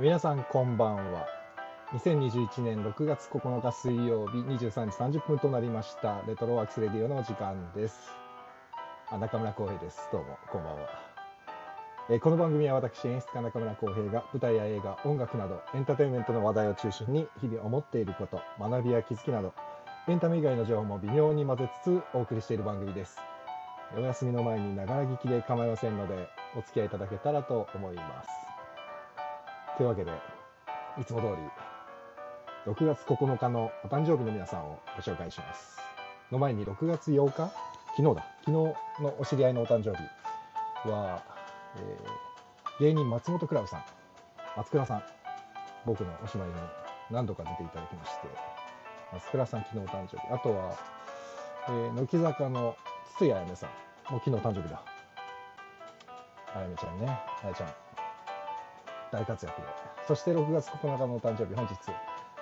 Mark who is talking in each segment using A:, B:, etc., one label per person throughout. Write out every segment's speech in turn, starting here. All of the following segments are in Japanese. A: 皆さんこんばんは2021年6月9日水曜日23時30分となりましたレトロワークスレディオのお時間ですあ中村光平ですどうもこんばんはえーこの番組は私演出家中村光平が舞台や映画音楽などエンターテインメントの話題を中心に日々思っていること学びや気づきなどエンタメ以外の情報も微妙に混ぜつつお送りしている番組ですお休みの前にながら聞きで構いませんのでお付き合いいただけたらと思いますというわけでいつも通り6月9日のお誕生日の皆さんをご紹介しますの前に6月8日昨日だ昨日のお知り合いのお誕生日は、えー芸人松本クラブさん松倉さん僕のおしまいに何度か出ていただきまして松倉さん昨日お誕生日あとは、えー乃木坂の筒井あやめさんもう昨日誕生日だあやめちゃんねあやちゃん大活躍でそして6月9日のお誕生日本日、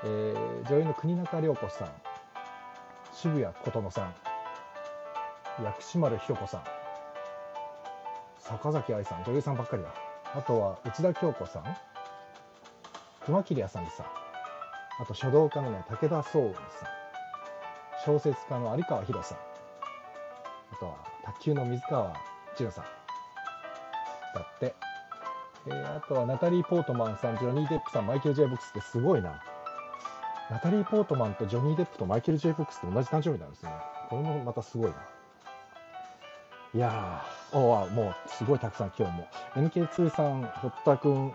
A: えー女優の国中涼子さん渋谷琴乃さん薬師丸ひろ子さん坂崎愛さん女優さんばっかりだあとは内田恭子さん熊切あさみさんあと書道家のね武田壮雲さん小説家の有川博さんあとは卓球の水川千代さんだってえーあとはナタリー・ポートマンさん、ジョニー・デップさん、マイケル・ジェイ・ボックスってすごいな。ナタリー・ポートマンとジョニー・デップとマイケル・ジェイ・ボックスって同じ誕生日なんですね。これもまたすごいな。いやー、おーあもうすごいたくさん今日も。NK2 さん、堀田くん、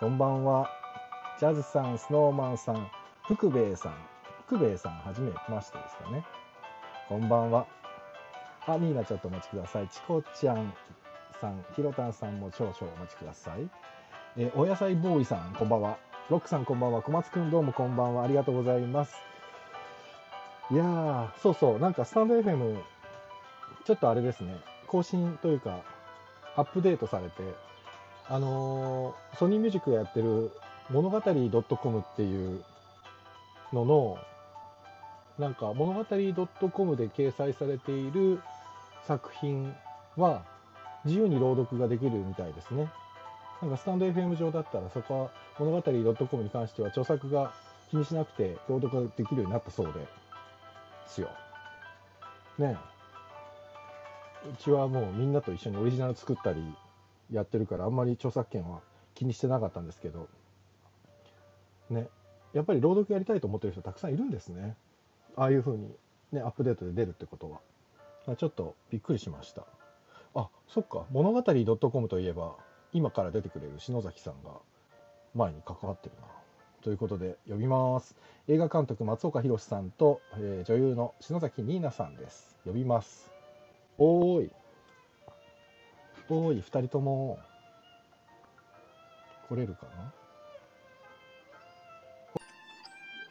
A: こんばんは。ジャズさん、スノーマンさん、福兵衛さん、福兵衛さん、はじめましてですかね。こんばんは。あ、ニーナちょっとお待ちください。チコちゃん、さん、ひろたんさんも少々お待ちください。えーお野菜ボーイさん、こんばんは。ロックさん、こんばんは。小松くん、どうもこんばんは。ありがとうございます。いやー、そうそう、なんかスタンド FM、ちょっとあれですね、更新というか、アップデートされて、あのーソニーミュージックがやってる物語 .com っていうのの、なんか物語 .com で掲載されている作品は、自由に朗読ができるみたいですね。なんかスタンド FM 上だったらそこは物語 .com に関しては著作が気にしなくて朗読ができるようになったそうで、すよ。ねえ。うちはもうみんなと一緒にオリジナル作ったりやってるからあんまり著作権は気にしてなかったんですけど、ね。やっぱり朗読やりたいと思ってる人たくさんいるんですね。ああいう風にね、アップデートで出るってことは。まあちょっとびっくりしました。あそっか物語 .com といえば今から出てくれる篠崎さんが前に関わってるなということで呼びます映画監督松岡弘さんと、えー女優の篠崎ニーナさんです呼びますおーいおーい2人とも来れるかな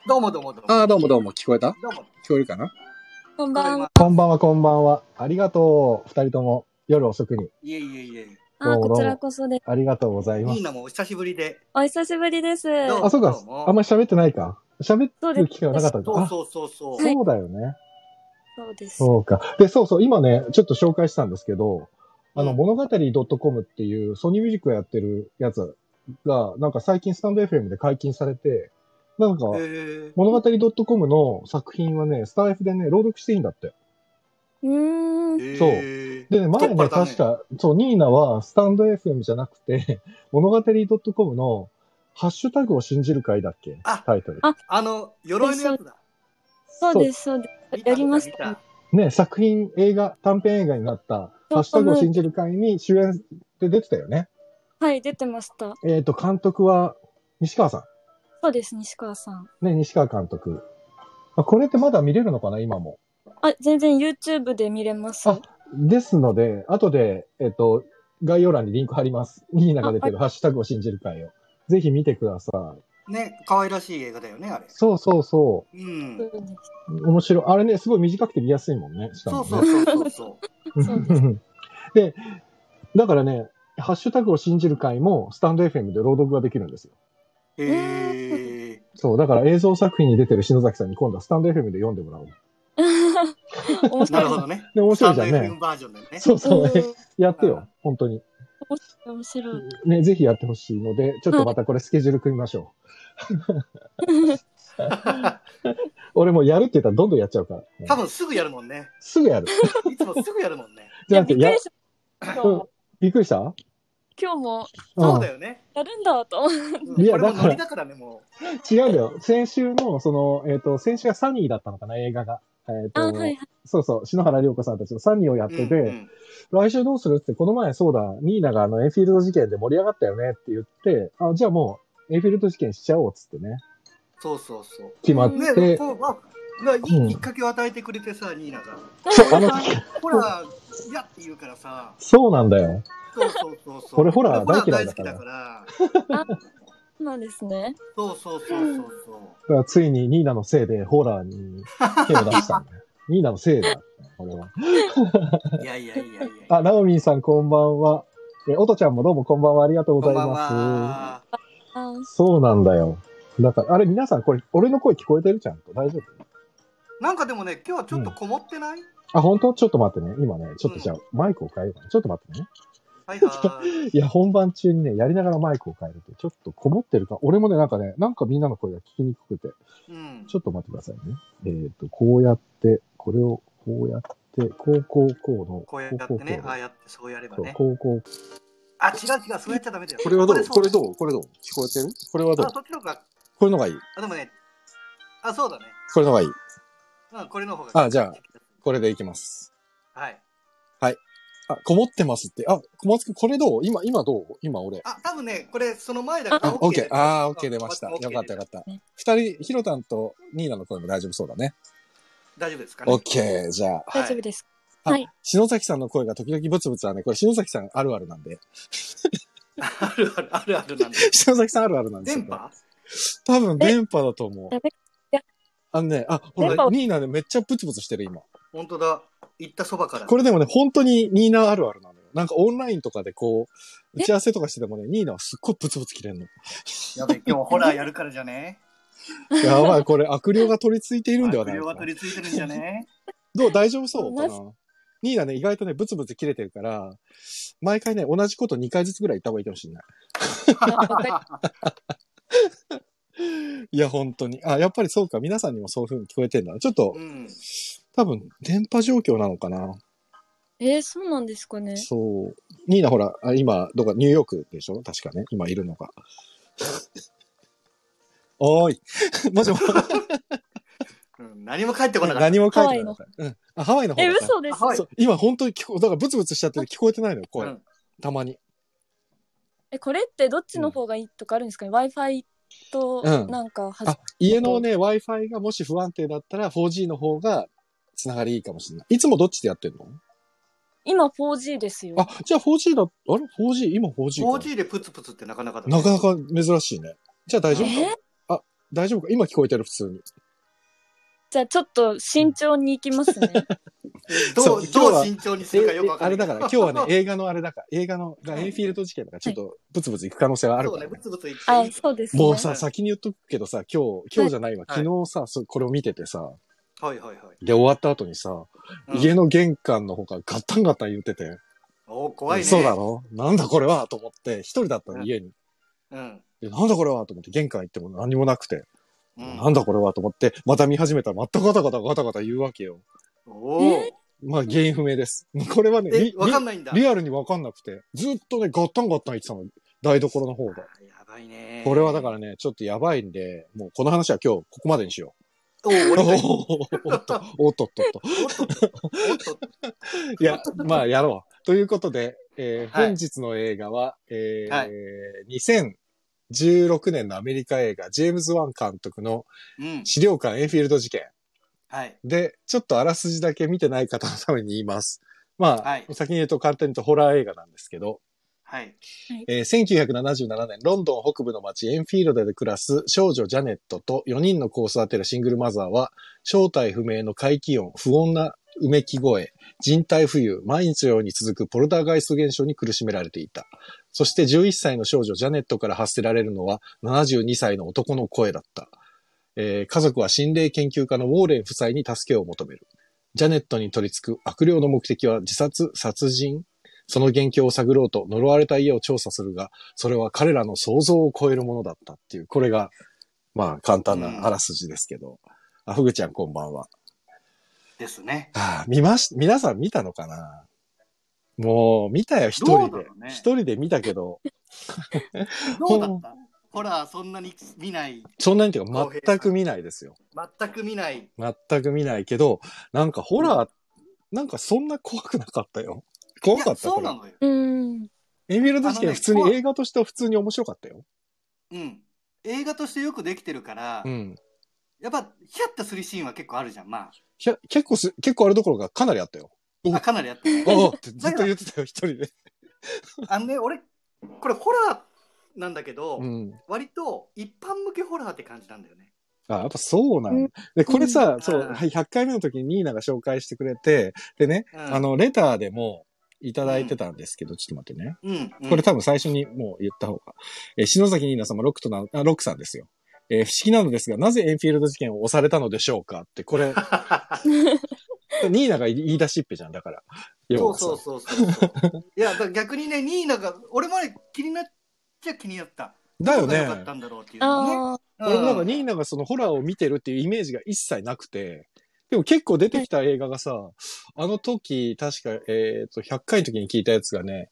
B: どうもどうもどうも。
C: ああ、どうもどうも、聞こえた
B: どうも。
C: 聞こえるかな
D: こんばんは。
A: こんばんはこんばんはありがとう2人とも夜遅くに
B: いえいえいえ。
A: どう
D: あ、
A: もどうも
D: こちらこそです。
A: ありがとうございま
B: ニー
A: す
B: ナもお久しぶりで。
D: お久しぶりです。
B: ど
A: あそうか
B: どうも
A: あんまり喋ってないか喋
D: そう
A: る
D: です
A: 機会はなかったんだ
B: そう
A: あ
B: そうそうそう。
A: そうだよね、
D: そうです。
A: そうか。で、そうそう、今ね、ちょっと紹介したんですけど、あの、
B: うん
A: 物語 .com っていうソニーミュージックがやってるやつが、なんか最近スタンド FM で解禁されて、なんか、
B: へー
A: 物語 .com の作品はね、スタイフでね、朗読していいんだって。
D: うーん。
A: そう
B: へー
A: でね、前
B: 太
A: ね、
B: っ腹だね
A: 確か、そう、ニーナはスタンド FM じゃなくて、 物語 .com のハッシュタグを信じる会だっけ
B: あ
A: タイトル。
D: あ
B: あの、鎧のやつだ。
D: そうです、そうで
B: 見た
D: やりまし
B: 見
D: た
B: た見
A: ね、作品、映画、短編映画になった、ハッシュタグを信じる会に主演で出てたよね。
D: す。はい、出てました。
A: えっ、と、監督は西川さ
D: そうです、西川さん。
A: ん。ね、西川監督。あこれってまだ見れるのかな、今も。
D: あ、全然 YouTube で見れます。
A: あですので、後で、えっ、と、概要欄にリンク貼ります。ニーナが出てるハッシュタグを信じる会を。ぜひ見てください。
B: たね、可愛らしい映画だよね、あれ。
A: そうそうそ
B: うん
D: そ。うです
A: う。面白い。あれね、すごい短くて見やすいもんね。しか
B: そ
A: も
B: う
A: ね
B: そうそうそうそう。
D: そうで
A: で、だからね、ハッシュタグを信じる会も、スタンド FM で朗読ができるんですよ。
B: へえ。
A: そう、だから映像作品に出てる篠崎さんに今度はスタンド FM で読んでもらおう。
D: 面
B: なる
D: 白
B: ほ
D: い。
B: どね。
A: で、面白いじゃん
B: スタンド FM
A: ね。
B: バージョンだよ ね。
A: そうそうう。
D: ん
A: やって
B: う
A: よ
B: ん。
A: 本当に。
D: 面白い。
E: ね、ぜひやってほしいので、ちょっとまたこれスケジュール組みましょう。俺もうやるって言ったらどんどんやっちゃうから。
B: 多分すぐやるもんね。
E: すぐやる。
B: いつもすぐやるも んね。
D: い
E: じゃ
D: や、
E: なく、
D: びってく
E: や
D: り、した。今日も
E: びっくりした
D: 今日も
B: そうだ
E: よ。
B: よね。
D: やるんだと思って。
B: うん
E: いや
B: こ
E: だ
B: れも
E: から
B: ノリだからね、も
E: 違うんだよ。先週の、その、えっ、と、先週がサニーだったのかな、映画が。えっ、
D: あ、
E: と、
D: はいはい。
E: そうそう、篠原涼子さんたちのサニーをやっ
B: う。
E: てて、
B: うんうん
E: 来週どうするって、この前そうだ、ニーナがあの、エンフィールド事件で盛り上がったよねって言って、あ、じゃあもう、エンフィールド事件しちゃおうっつってね、
B: そうそうそう。
E: 決まっ
D: うん
E: て、
B: ね、こう、まあ、い
E: うん
B: いきっかけを与えてくれてさ、ニーナが。
E: そう、あの、
B: ほら、嫌って言うからさ。
E: そうなんだよ。
B: そうそうそうそう。
E: 俺ホラー
B: 俺
E: 大嫌いだから
B: ホラー大好きだ
D: そうなんですね。
B: から。そうそうそうそうそ
E: だからついにニーナのせいでホラーに手を出したん だよ。ニーナのせいだ。これは。
B: う。いやいやいやいや。
E: あ、ラオミンさんこんばんは。え、おとちゃんもどうもこんばんは。ありがとうござ
B: こん
E: い
B: ばん
E: ま
B: は。
D: あ
E: す。そうなんだよ。だから、あれ皆さんこれ、俺の声聞こえてるちゃんと大丈夫
B: なんかでもね、今日はちょっとこもってない、
E: あ、本当ちょっと待ってね。今ね、ちょっとじゃあ、マイクを変えようかな。ちょっと待ってね。
B: はいはい。
E: いや、本番中にね、やりながらマイクを変えると、ちょっとこもってるか、俺もね、なんかね、なんかみんなの声が聞きにくくて、
B: うん。
E: ちょっと待ってくださいね。えっ、と、こうやって、これを、こうやって、こう、こう、こうの、
B: こうやって
E: こうこう
B: ね、
E: こ
B: あ
E: う
B: あやって、そうやれば
E: そう
B: ね。
E: こう、こう、
B: あ、違う違う、そうやっちゃダメだよ。
A: これはどう
B: そ
A: これどうこれどう聞こえてるこれはどう
B: あ、そっちの方が、
A: これのがいい
B: あ、でもね、あ、そうだね。
A: これのがいい
B: うん、これの方が。
A: あじゃこれでいきます。
B: あ。はい。
A: あ、こもってますって。あ、小松くん、これどう今、今どう今俺。
B: あ、多分ね、これ、その前だか
A: あ
B: ら、
A: オッケー。あー、オッケー出ました。
B: オッケ
A: よ
B: ー
A: かったよかった
D: ね。
A: 二人、ひろたんとニーナの声も大丈夫そうだね。
B: 大丈夫ですかね。
A: オッケー、じゃあ。
B: はい
D: 大丈夫ですか。
A: あ
D: はい。
A: 篠崎さんの声が時々ブツブツはね、これ篠崎さんあるあるなんで。
B: あるある、あるあるなんで。
A: 篠崎さんあるあるなんですよ
B: 電
A: ね。
B: 波
A: 多分電波だと思う
D: ダメいや。
A: あのね、あ、ほら
D: 電波、を
A: ニーナね、めっちゃブツブツしてる今。
B: 本当だ。行ったそばから。
A: これでもね、本当にニーナあるあるなのよ。なんかオンラインとかでこう、
D: え
A: 打ち合わせとかしててもね、ニーナはすっごいブツブツ切れんの。
B: やべ、今日ホラーやるからじゃね。
A: やばい、これ悪霊が取り付いているんでは
B: 悪
A: ない
B: 霊
A: か
B: は取り付いてるんじゃね。
A: どう大丈夫そうか
D: マジ
A: なニーナね、意外とね、ブツブツ切れてるから、毎回ね、同じこと2回ずつぐらい言った方がいいかもしれない。いや、本当に。あ、やっぱりそうか。皆さんにもそういう風に聞こえてんだな。ちょっと
B: う、ん。
A: 多分、電波状況なのかな。
D: えー、そうなんですかね。
A: そう。ニーナほら、あ今、どこか、ニューヨークでしょ確かね。今いるのが。 おーい。 もしもし、
B: うん何も返ってこなかった。
A: 何も書いてなかった。うん。あ、ハワイの方
D: え、
A: だった
D: 嘘です。
B: はい
A: そう今本当に聞こ、だからブツブツしちゃってる聞こえてないのよ、
B: う
A: 声。
B: ん
A: たまに。
D: え、これってどっちの方がいいとかあるんですかね。Wi-Fi と
A: うん
D: なんかはじ
A: あ、家のね、Wi-Fi がもし不安定だったら 4G の方がつながりいいかもしれない。いつもどっちでやってるの
D: 今 4G ですよ。
A: あ、じゃあ 4G だ、あれ ?4G? 今 4G か。
B: 4G でプツプツってなかなかだね
A: なかなか珍しいね。じゃあ大丈夫
D: え
A: か大丈夫か今聞こえてる、普通に。
D: じゃあちょっと慎重に行きますね。
B: ど
A: そう
B: う、
A: 今日
B: ど
A: は
B: う慎重にするかよくわか
A: あ
B: ん
A: れ
B: な
A: だ
B: い。
A: から、今日はね、映画のあれだから、映画の、が
B: はい
A: エンフィールド事件だから、ちょっとブツブツ行く可能性はある
B: そ
A: か
B: うね、
A: らね
B: ブ。ツブツ言っていい。
D: あ、そうですね。
A: もうさ、
B: はい
A: 先に言っとくけどさ、今日、今日じゃないわ。
B: はい
A: 昨日さ、そこれを見ててさ、
B: はいはいはい。
A: で、終わった後にさ、
B: うん
A: 家の玄関の方がガタンガタン言ってて、
B: お怖いね。
A: そうだろなんだこれはと思って、一人だったの、
B: うん
A: 家に。
B: うん。
A: でなんだこれはと思って、玄関行っても何もなくて、
B: うん。
A: なんだこれはと思って、また見始めたら、またガタガタガタガタ言うわけよ。
B: おー
A: まあ、原因不明です。これはね、
B: え
A: リ、
B: わかんないんだ。
A: リリアルにわかんなくて、ずっとね、ガタンガタン言ってたの、台所の方が。
B: あやばいね。
A: これはだからね、ちょっとやばいんで、もうこの話は今日ここまでにしよ
B: おー
A: う。
B: 俺が
A: おっと、 おっとっとっと。
B: おっとおっと
A: いや、まあやろう。ということで、えー
B: はい
A: 本日の映画は、えー
B: はい
A: 2016年のアメリカ映画、ジェームズ・ワン監督の
B: うん。
A: 資料館エンフィールド事件
B: はい。
A: で、ちょっとあらすじだけ見てない方のために言います。まあ、
B: はい
A: 先に言うと簡単に言うとホラー映画なんですけど、
B: はい。
A: えー1977年、ロンドン北部の町エンフィールドで暮らす少女ジャネットと4人の子を育てるシングルマザーは、正体不明の怪奇音、不穏なうめき声、人体浮遊、毎日のように続くポルターガイスト現象に苦しめられていた。そして11歳の少女ジャネットから発せられるのは72歳の男の声だった。えー家族は心霊研究家のウォーレン夫妻に助けを求める。ジャネットに取り付く悪霊の目的は自殺、殺人、その元凶を探ろうと呪われた家を調査するが、それは彼らの想像を超えるものだったっていう、これが、まあ簡単なあらすじですけど。あ、ふぐちゃんこんばんは。
B: ですね。
A: はあ、見まし、皆さん見たのかなもう、見たよ、一人
B: どう
A: で
B: だろう。ね
A: 一、人で見たけど、
B: どうだったホラーそんなに見ない、
A: そんなにっていうか、全く見ないですよ。
B: 全く見ない。
A: 全く見ないけど、なんかホラー、なんかそんな怖くなかったよ。怖か
B: いや
A: った
B: そ
A: こ
B: う
A: れ
B: な。のよ。
D: うん。
A: エンフィールド事件
B: あのね
A: 普通に
B: 怖い
A: 映画としては普通に面白かったよ。
B: うん。映画としてよくできてるから、
A: うん。
B: やっぱ、ヒヤッとするシーンは結構あるじゃん、ま
A: ひゃ結構す、結構あるどころがかなりあ ったよ。お
B: あ。あかなりやって
A: あ
B: る。
A: あってずっと言ってたよ、一人で。
B: あのね、俺、これホラーなんだけど、
A: うん。
B: 割と一般向けホラーって感じなんだよね。
A: あ、やっぱそうなん
D: う
A: だ。で、これさ、
B: うん
A: そう、
B: うん
A: はい100回目の時にニーナが紹介してくれて、でね、
B: うん
A: あ、の、レターでもいただいてたんですけど、ちょっと待ってね。
B: うん、うん
A: これ多分最初にもう言った方が。えー篠崎ニーナ様、ロックとな、あ、ロックさんですよ。えー不思議なのですが、なぜエンフィールド事件を押されたのでしょうかって、これ、 ニーナが言い出しっぺじゃん、だから。要
B: そ
A: は
B: う
A: さ
B: そうそうそうそう。いや、だから逆にね、ニーナが、俺もね、気になっちゃ気になった。
A: だよ
B: どこが良か
A: ね
B: った。んだろうっていうのね。
D: ああ。
B: う
A: 俺もなんかニーナがそのホラーを見てるっていうイメージが一切なくて、でも結構出てきた映画がさ、あの時、確か、えっ、と、100回の時に聞いたやつがね、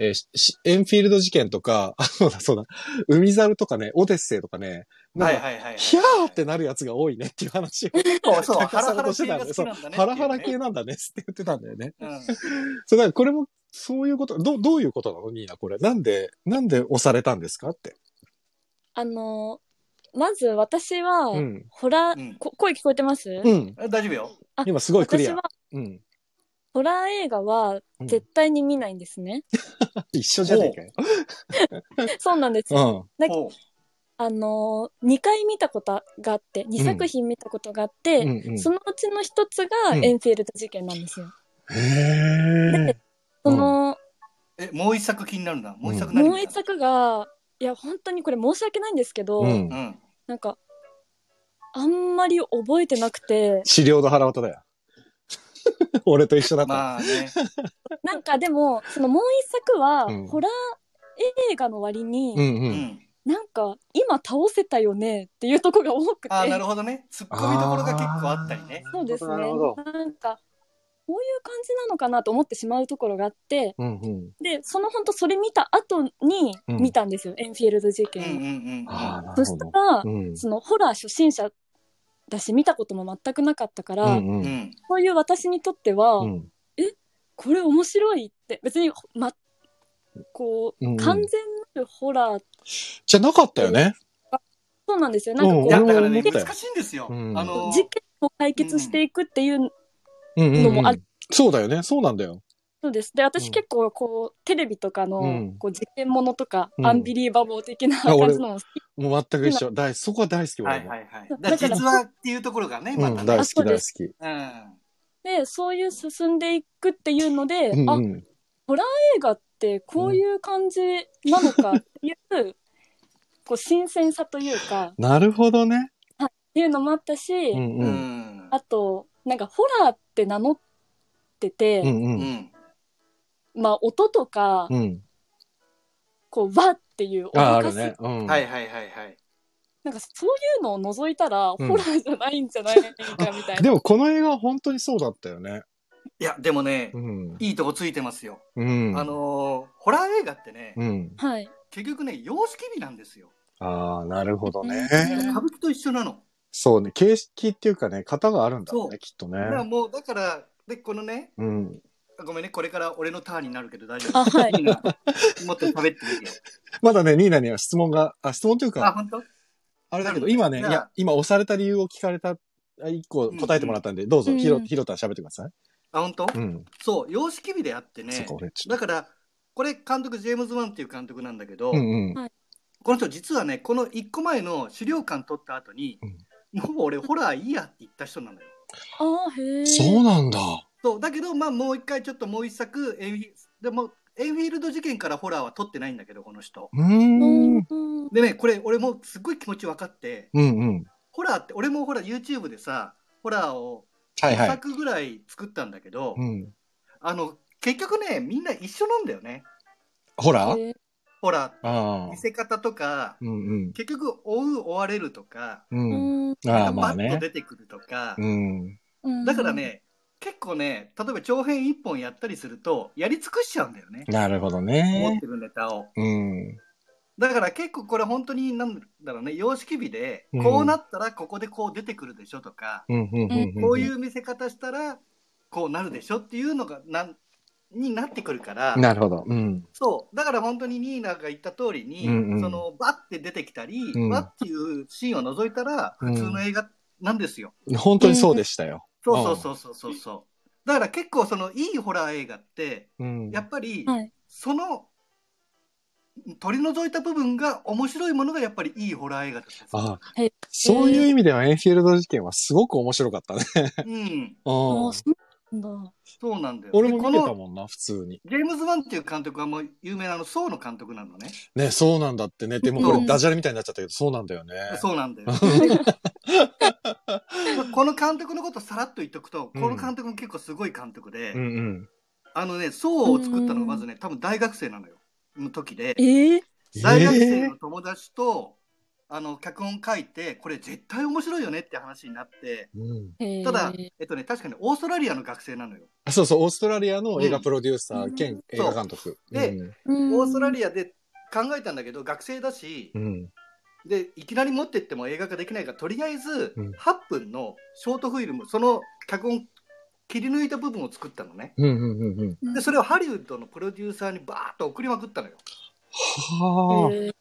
A: えーししエンフィールド事件とか、 あ、そうだそうだ、海猿とかね、オデッセイとかね、なん
B: は
A: か
B: いはいはいはい。
A: ヒャーってなるやつが多いねっていう話を。
B: そうそう、
A: 高
B: ハ
A: さ
B: ラ
A: んと
B: ハラ
A: して
B: 系
A: たんだよ
B: が
A: そ
B: 好
A: う
B: きなんだね。
A: ハラハラ系なんだねって言ってたんだよね。
B: うん。
A: そうだからこれも、そういうこと、どう、どういうことなのニーナ、これ。なんで、なんで押されたんですかって。
D: あのー、まず私は、
A: うん。
D: ホラー、
B: うん
D: こ声聞こえてます、
A: うん。
B: え大丈夫よ。
A: 今すごいクリ
D: 私
A: ア
D: は。
A: うん。
D: ホラー映画は
A: うん
D: 絶対に見ないんですね。
A: 一緒じゃねえかよ。
D: そうなんです。
A: うん。
D: だ
B: おう
D: あのー、2回見たことがあって、2作品見たことがあって、
A: うんうん
D: そのうちの一つが
A: うん
D: エンフィールド事件なんですよ。
A: へえ。
D: その、
B: え、もう一作気になるな。もう一作何
D: もう一作が、いや、本当にこれ申し訳ないんですけど、
A: うん
B: う。ん。
D: なんか、あんまり覚えてなく て、
A: 資料の腹渡だよ。俺と一緒だから。
B: まあね。
D: なんかでも、そのもう一作は、
A: うん
D: ホラー映画の割に、
A: うんう。
B: うんん。
D: なんか、今倒せたよねっていうとこが多くて、
B: ああ、なるほどね。突っ込みどころが結構あったりね。
D: そうですね。
A: な
D: な
A: るほど
D: んか、こういう感じなのかなと思ってしまうところがあって、
A: うんうん。
D: で、その本当それ見た後に
A: うん
D: 見たんですよ、エンフィールド事
B: うんうん
D: 件を。
B: うん。
A: ああ、な
D: そ
A: るほ
D: した
A: ど。
D: ら、
A: うん。
D: そのホラー初心者だし見たことも全くなかったから、
A: うんう。
B: うんん。
D: そういう私にとっては、
A: うん。
D: これ面白いって別に、ま、こう、
A: うんうん
D: 完全なるホラー
A: じゃなかったよね。
D: そうなんですよなんかこう、
B: いや、だか
A: 俺
B: らね、
A: も思ったよ
B: 難しいんですよ。あ
A: うん
B: の、
D: 事件を解決していくってい
A: う
D: う
A: んうん
D: のも
A: う
D: あ
A: ん。そうだよね。そうなんだよ。
D: のです、で
A: うん
D: 私結構こうテレビとかの、
A: うん
D: こう事件ものとか、
A: うん
D: アンビリーバボー的な
A: あ俺
D: 感じのも好き
A: もう全く一緒。大そこは大好き、
B: は
A: 俺
B: い
A: も。
B: はいはい。だから実はっていうところがね、ま
A: う
B: た
A: ん、
B: ね。
A: 大好
D: そ
A: き
D: う
A: 大好
D: で
A: き。
B: うん。
D: でそういう進んでいくっていうので、
A: うん
D: あ
A: うん。
D: 映画ってこういう感じなのかっていう、 こう新鮮さというかっ
A: なるほどね。
D: ていうのもあったし、
A: うんう。
B: うんん。
D: あとなんかホラーって名乗ってて、
A: うんう。
B: うんん。
D: まあ音とか、
A: うん。
D: こうわっていう
A: ああ、あ
D: 驚か
A: る
D: す、
A: ね。うん。
B: はいはいはいはい。
D: なんかそういうのを除いたら、
A: うん
D: ホラーじゃないんじゃないかみた い
A: で
D: な。
A: もこの映画は本当にそうだったよね。
B: いや、でもね
A: う、ん。
B: いいとこついてますよ。
A: うん。
B: あ、のー、ホラー映画ってね、
A: うん。
D: はい。
B: 結局ね、様式美なんですよ。
A: ああ、なるほどね。
D: うん
B: 歌舞伎と一緒なの。
A: そうね。形式っていうかね、型があるんだろう
B: そ
A: ね、
B: う
A: きっとね
B: だ。からもう、だから、で、このね、
A: うん。
B: ごめんね、これから俺のターンになるけど大丈夫。
D: あ、はい。
B: いいな。もっと喋ってみてよ。
A: まだね、ニーナには質問が、あ、質問という
B: あ、
A: か、
B: 本当？
A: あれだけど、
B: なんだ
A: 今ね、い
B: じゃ
A: や
B: あ、
A: 今押された理由を聞かれた、あ一個答えてもらったんで、どうぞ、
D: うん
A: ひろ、ひろた喋ってください。
B: あ、本当？
A: うん。
B: そう、様式美であって
A: そっ
B: ね
A: か、。俺、ちょ
B: だから、これ監督、ジェームズ・ワンっていう監督なんだけど、
A: うんうん。
B: この人実はね、この一個前の資料館取った後に、もう俺ホラーいいやって言った人なのよ。
D: ああ、へえ。
A: そうなんだ。
B: そうだけど、まあ、もう一回ちょっともう一作エンフィでもエンフィールド事件からホラーは撮ってないんだけどこの人
A: うーん。うん
D: うん
B: でねこれ俺もすごい気持ち分かって
A: うん。
B: ホラーって俺もほら YouTube でさホラーを
A: はい
B: 2
A: はい。
B: 作ぐらい作ったんだけど、
A: うん。
B: あの結局ね、みんな一緒なんだよね。
A: ホラー
D: えー
B: ほら、
A: ああ
B: 見。せ方とか、
A: うん
B: 結局追う追われるとか、
A: うん。うん。
D: うん
A: ああ、ま
B: バ
A: あ
B: ッと
A: ね。
B: 出てくるとか、
A: うん。
D: うん
B: だからね、結構ね、例えば長編一本やったりすると、やり尽くしちゃうんだよね。
A: なるほど
B: 持っ
A: ね。
B: てるネタを。
A: うん。
B: だから結構これ本当になんだろうね、様式美で
A: うん、
B: こうなったらここでこう出てくるでしょとか、
A: うんうんうんうん。
B: こういう見せ方したらこうなるでしょっていうのがなんになってくるから、
A: なるほど。うん。
B: そうだから本当にニーナが言った通りに、
A: うんうん
B: そのバッて出てきたり、
A: うん
B: バッっていうシーンを除いたら普通の映画なんですよ。
A: 本当にそうでしたよ。
B: そうそうそうそうそうそう。だから結構そのいいホラー映画って
A: うん。
B: やっぱり
D: はい
B: その取り除いた部分が面白いものがやっぱりいいホラー映画だったりする
A: ああ
D: へえ
A: そういう意味ではエンフィールド事件はすごく面白かったね。
B: うん、
D: あ
A: うん
D: ーそうなんだ
B: そうなんだよ。
A: 俺
B: で
A: も
B: こ
A: 見てた
B: の
A: もんな、普通に。
B: ジェームズ・ワンっていう監督はもう有名なあの、ソーの監督なのね。
A: ね、そうなんだってね。でもこ
D: う
A: れ
D: ん
A: ダジャレみたいになっちゃったけど、そうなんだよね。
B: そうなんだよ。この監督のことさらっと言っとくと、
A: うん
B: この監督も結構すごい監督で、
A: うんうん。
B: あのね、ソーを作ったのがまずね、多分大学生なのよ、の時で、
D: えー
B: 大学
A: え
B: 生
A: ー
B: の友達と、あの、脚本書いて、これ絶対面白いよねって話になって、
A: うん
D: えー
B: ただ、えっとね、確かにオーストラリアの学生なのよ。
A: あそうそう、オーストラリアの映画プロデューサー兼映画監督。
B: そうで
A: うん
D: うん
B: オーストラリアで考えたんだけど、学生だし
A: う、ん。
B: でいきなり持ってっても映画化できないからとりあえず
A: うん
B: 8分のショートフィルム、その脚本切り抜いた部分を作ったのね
A: うんうんうんうん。
B: でそれをハリウッドのプロデューサーにバーッと送りまくったのよ
A: はあ。
D: えー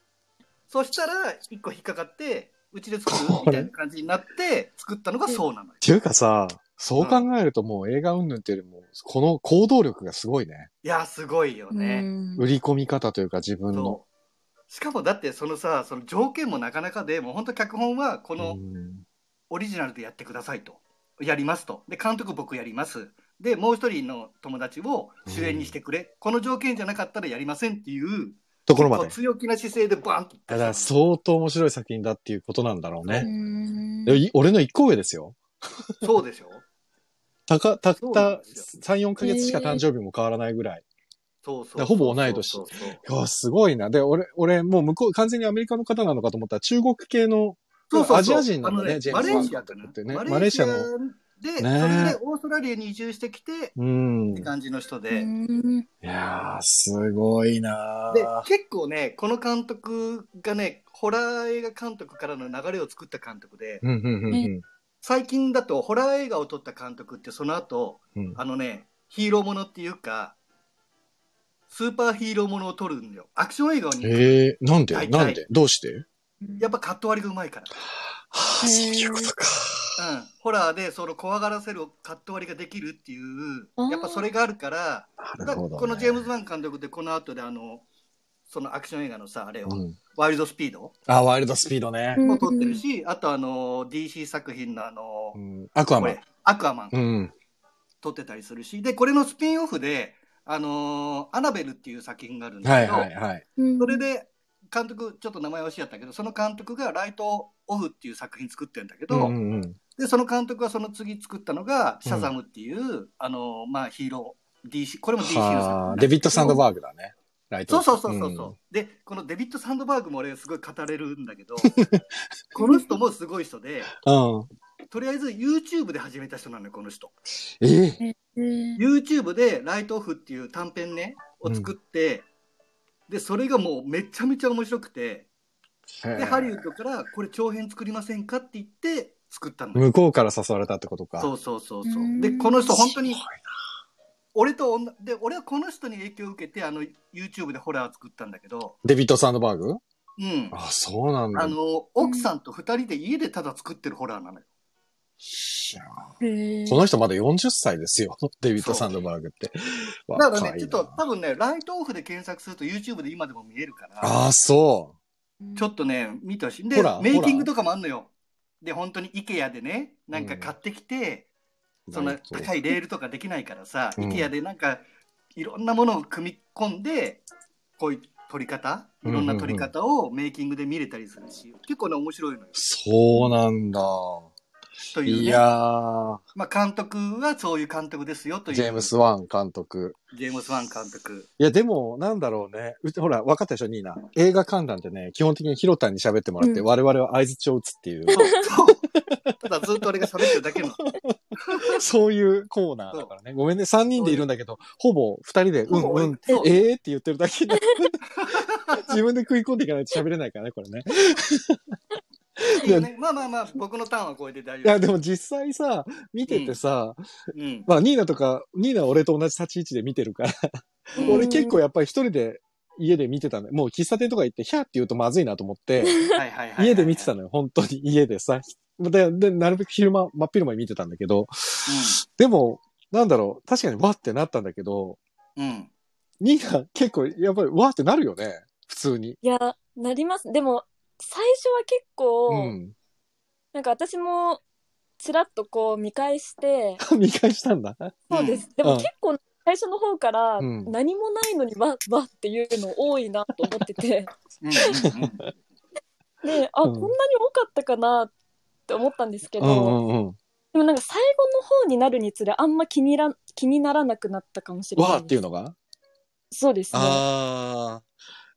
B: そしたら1個引っかかってうちで作るみたいな感じになって作ったのがそうなのよ
A: っていうかさ、そう考えるともう映画云々っていうよりも、この行動力がすごいね。
B: いやすごいよね、
D: うん
A: 売り込み方というか自分の。
B: そうしかもだってそのさその条件もなかなかでもう本当脚本はこの
A: うん
B: オリジナルでやってくださいとやりますとで監督僕やりますでもう一人の友達を主演にしてくれ、この条件じゃなかったらやりませんっていう
A: ところまで。
B: 結構強気な姿勢でバーンっていった
A: だから相当面白い作品だっていうことなんだろうね。
D: うん
A: でい俺の一個上ですよ。
B: そうでしょ
A: たか、たった
B: そうなん
A: 3
B: です、
A: 4ヶ月しか誕生日も変わらないぐらい。
B: そうそう
A: だからほぼ同い年
B: そうそう
A: いや、すごいな。で、俺、俺、もう向こう、完全にアメリカの方なのかと思ったら中国系の、
B: そうそうそう
A: アジア人なんだね
B: あの
A: ジェームズ
B: マレーシアか
A: ワンってね
B: な
A: マ
B: マ
A: レ
B: レ
A: ー
B: ー
A: シ
B: シ
A: ア
B: ア
A: の
B: で、
A: ねえ
B: それでオーストラリアに移住してきて
A: うん。
B: って
A: い
B: 感じの人
D: う
B: で、
D: ん
A: やー、すごいな
B: で結構ねこの監督がねホラー映画監督からの流れを作った監督で、
A: うん、うん、うん、うん。
B: 最近だとホラー映画を撮った監督ってその後
A: うん
B: あのねヒーローものっていうかスーパーヒーローものを撮るんだよアクション映画に、
A: ええなんで
B: 大体
A: なんでどうして
B: やっぱカット割りがうまいか
A: はあ、そういうことか。
B: ら、うん、ホラーでその怖がらせるカット割りができるっていう
D: あー
B: やっぱそれがあるから
A: な
B: だ
A: るほど、ね。
B: このジェームズ・ワン監督でこの後であのそのアクション映画のさあれを、
A: うん。
B: ワイルドスピード
A: あ、ワイルドスピードね。
B: も撮ってるし、あとあの DC 作品のあの、
A: うん。アクア
B: こ
A: マ
B: れ
A: ン。
B: アクアマン
A: うん。
B: 撮ってたりするしでこれのスピンオフで「あのーアナベル」っていう作品があるんだ
A: は
B: け
A: い
B: ど、
A: はいはい。
D: うん
B: それで監督ちょっと名前はしやったけどその監督が「ライトオフ」っていう作品作ってんだけ
A: う
B: ど、
A: んうんうん。
B: でその監督はその次作ったのが「シャザム」っていう、あのーまあヒーロー DC これも DC の作品
A: は
B: な
A: あ
B: んだけど
A: デビッド・サンドバーグだね。ライト
B: そうそうそうそうそう、でこのデビッド・サンドバーグも俺すごい語れるん だけどこの人もすごい人で
A: うん。うん。
B: とりあえず YouTube で始めた人なのよこの人。
A: ええ
D: うん
B: YouTube で「ライトオフ」っていう短編ねを作って、でそれがもうめちゃめちゃ面白くてでハリウッドから「これ長編作りませんか?」って言って作ったの
A: 向こうから誘われたってことか。。
B: そううそうそうそううんでこの人本当に俺と女で俺はこの人に影響を受けてあの YouTube でホラーを作ったんだけど
A: デビッド・サンドバーグ
B: うん
A: あ、そうなんだ。
B: あの奥さんと2人で家でただ作ってるホラーなのよ
A: いや
D: へー
A: この人まだ40歳ですよ。デビッド・サンドバーグ って。
B: だ
A: 若
B: か
A: いな
B: らねちょっと多分ねライトオフで検索すると YouTube で今でも見えるから
A: ああ、そ
B: ちょっとね、見てほしい。
A: ほ
B: で
A: ら、
B: メイキングとかもあんのよ。で、本当に IKEA でね、なんか買ってきて、
A: う。
B: そんな高いレールとかできないからさ、
A: うん
B: IKEA でなんかいろんなものを組み込んで、こういう撮り方、いろんな撮り方をメイキングで見れたりするし、結構ね、面白いのよ。
A: そうなんだ。
B: という、ね、
A: いや
B: まあ、監督はそういう監督ですよと
A: ー、
B: いう。
A: ジェームス・ワン監督。
B: ジェームスワン監督。
A: いや、でも、なんだろうね。うほら、分かったでしょ、ニーナ。映画観覧ってね、基本的にヒロタンに喋ってもらって、
D: うん
A: 我々は合図帳を打つっていう、
B: そうそうただずっと俺が喋ってるだけの。
A: そういうコーナーだからね。ごめんね、3人でいるんだけど、ほぼ2人で、うん
B: も
A: うん、
B: そう
A: えーって言ってるだけ で自分で食い込んでいかないと喋れないからね、これね。
B: いいよねまあまあまあ、僕のターンはこれで大
A: い
B: 丈
A: や、
B: 夫。
A: でも実際さ、見ててさ、
B: うん。
A: まあ、ニーナとか、ニーナは俺と同じ立ち位置で見てるから、
B: うん
A: 俺結構やっぱり一人で家で見てたのよ。もう喫茶店とか行って、ヒャーって言うとまずいなと思って、
B: はいはいはいはい
A: 家で見てたのよ。本当に家でさ。で、でなるべく昼間、真っ昼間に見てたんだけど、でも、なんだろう、確かにわってなったんだけど、
B: うん。うん。
A: ニーナ結構、やっぱりわってなるよね。普通に。
D: いや、なります。でも、最初は結構、
A: うん。
D: なんか私も、ちらっとこう見返して、
A: 見返したんだ。
D: そうです。で
A: う
D: も
A: ん
D: 結構最初の方から、
A: うん
D: 何もないのにわ、わっていうの多いなと思ってて、
B: うん。うんうん
D: で、あ、
A: うん
D: こんなに多かったかなって思ったんですけ
A: う
D: ど、
A: んうん
D: でもなんか最後の方になるにつれあんま気にら気にならなくなったかもし
A: うん。
D: れない
A: わーっていうのが
D: そうですね
A: ああ。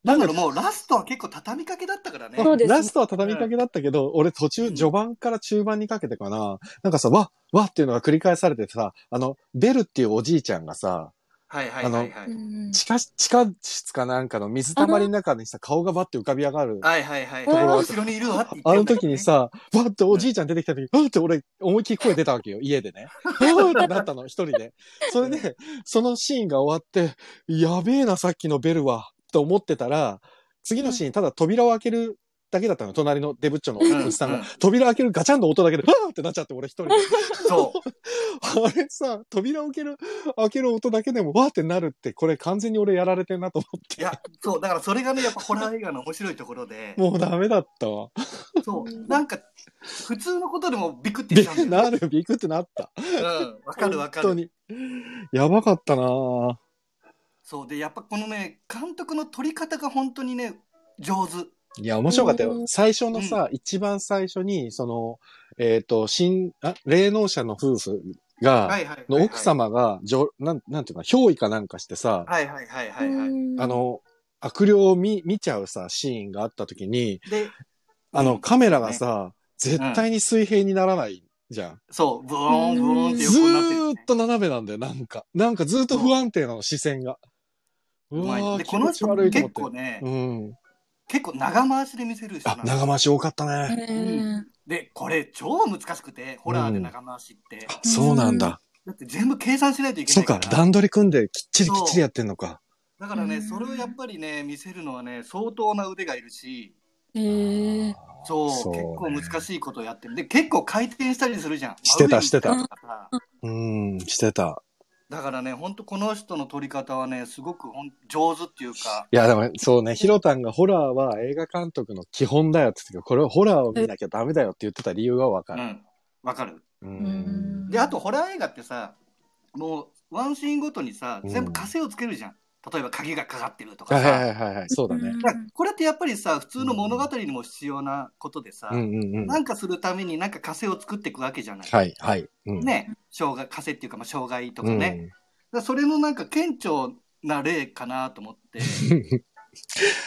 B: だからもうラストは結構畳みかけだったからね。
D: そうですね
A: ラストは畳みかけだったけど、俺途中、
B: うん
A: 序盤から中盤にかけてかな、なんかさ、わっ、わっっていうのが繰り返されてさ、あの、ベルっていうおじいちゃんがさ、
B: はいはいはいは
D: う
B: い。
D: ん
A: 地下、地下室かなんかの水たまりの中にさ、顔がバッて浮かび上がる。
B: はいはいはい。
D: ところ
B: 後ろにいるわって言って
A: あ
B: る
A: の
B: んだけ
A: 時
B: どね
A: に、さ、わっておじいちゃん出てきた時、わって俺、思いっきり声出たわけよ、家でね。わってなった の、一人で。それで、そのシーンが終わって、やべえな、さっきのベルは、と思ってたら、次のシーン、ただ扉を開けるだけだったの、隣のデブッチョの
B: うん
A: おじさん
B: う
A: が
B: ん。
A: 扉開けるガチャンの音だけで、わーってなっちゃって、俺一人 で。
B: そう。
A: あれさ、扉を開ける、開ける音だけでも、わーってなるって、これ完全に俺やられてんなと思っ
B: い
A: て。
B: や、そう、だからそれがね、やっぱホラー映画の面白いところで、
A: もうダメだったわ。
B: そう、なんか、普通のことでもビクってし
A: で
B: ちゃうんだよ。
A: なる、ビクってなった。
B: うん、わかるわか
A: 本当
B: る。
A: に。やばかったなぁ。
B: そう、で、やっぱこのね、監督の撮り方が本当にね、上手。
A: いや、面白かった
D: う
A: よ。
D: ん
A: 最初のさ、一番最初に、その、えっ、と、新、あ、霊能者の夫婦
B: は
A: が、
B: いはいはい。
A: の奥。様が、じょなん、なんていうか、憑依かなんかしてさ、
B: はいはいはいはいは
D: うん
A: あの、悪霊を見、見ちゃうさ、シーンがあった時に、
B: い。で、
A: あの、カメラがさ、絶対に水平にならないじゃん。
B: そう、ブーン、ブーンって
A: ず
B: 横になってる、
A: ーっと斜めなんだよ、なんか。なんかずーっと不安定なの、視線が。う
B: う
A: わ
B: まい
A: ー
B: で、
A: 気
B: この
A: 持ち
B: 人
A: 悪いと思っ
B: 結
A: て。
B: 構ね、
A: うん。
B: 結構長回しで見せる人
A: あ
B: な、の。
A: 長回し多かったね。
B: んで、これ超難しくて、ホラーで長回しって。
A: そうなんだ。
B: だって全部計算しないといけ
A: そ
B: な
A: う
B: いか。、
A: から段取り組んできっちりきっちりやってんのか。
B: だからね、
D: うん
B: それをやっぱりね、見せるのはね、相当な腕がいるし、
D: へえ
B: そう、
A: そうね
B: 結構難しいことをやってる。で、結構回転したりするじゃん。
A: してた
B: 真上に
A: してた
B: 行ったりとかさ
A: うん、してた。
B: だからね、ほんとこの人の撮り方はね、すごくほん上手っていうか、
A: いや、でもそうね、ヒロタンがホラーは映画監督の基本だよって言ってたけど、これはホラーを見なきゃダメだよって言ってた理由はわ
B: う
A: かる。
B: ん、わかる。
A: うん
D: ん
B: で、あとホラー映画ってさ、もうワンシーンごとにさ、全
A: うん
B: 部枷をつけるじゃん。例えば鍵がかかってるとか
A: はい
B: さ。
A: はいはいはい、そうだね。
B: だからこれってやっぱりさ、普通の物語にも必要なことでさ、
A: うんうんうん。
B: なんかするためになんか枷を作っていくわけじゃない。
A: はいはい。うん、
B: ね、障害、枷っていうか、まあ、障害と
A: う
B: か
A: ん。
B: ね。だからそれのなんか顕著な例かなと思って、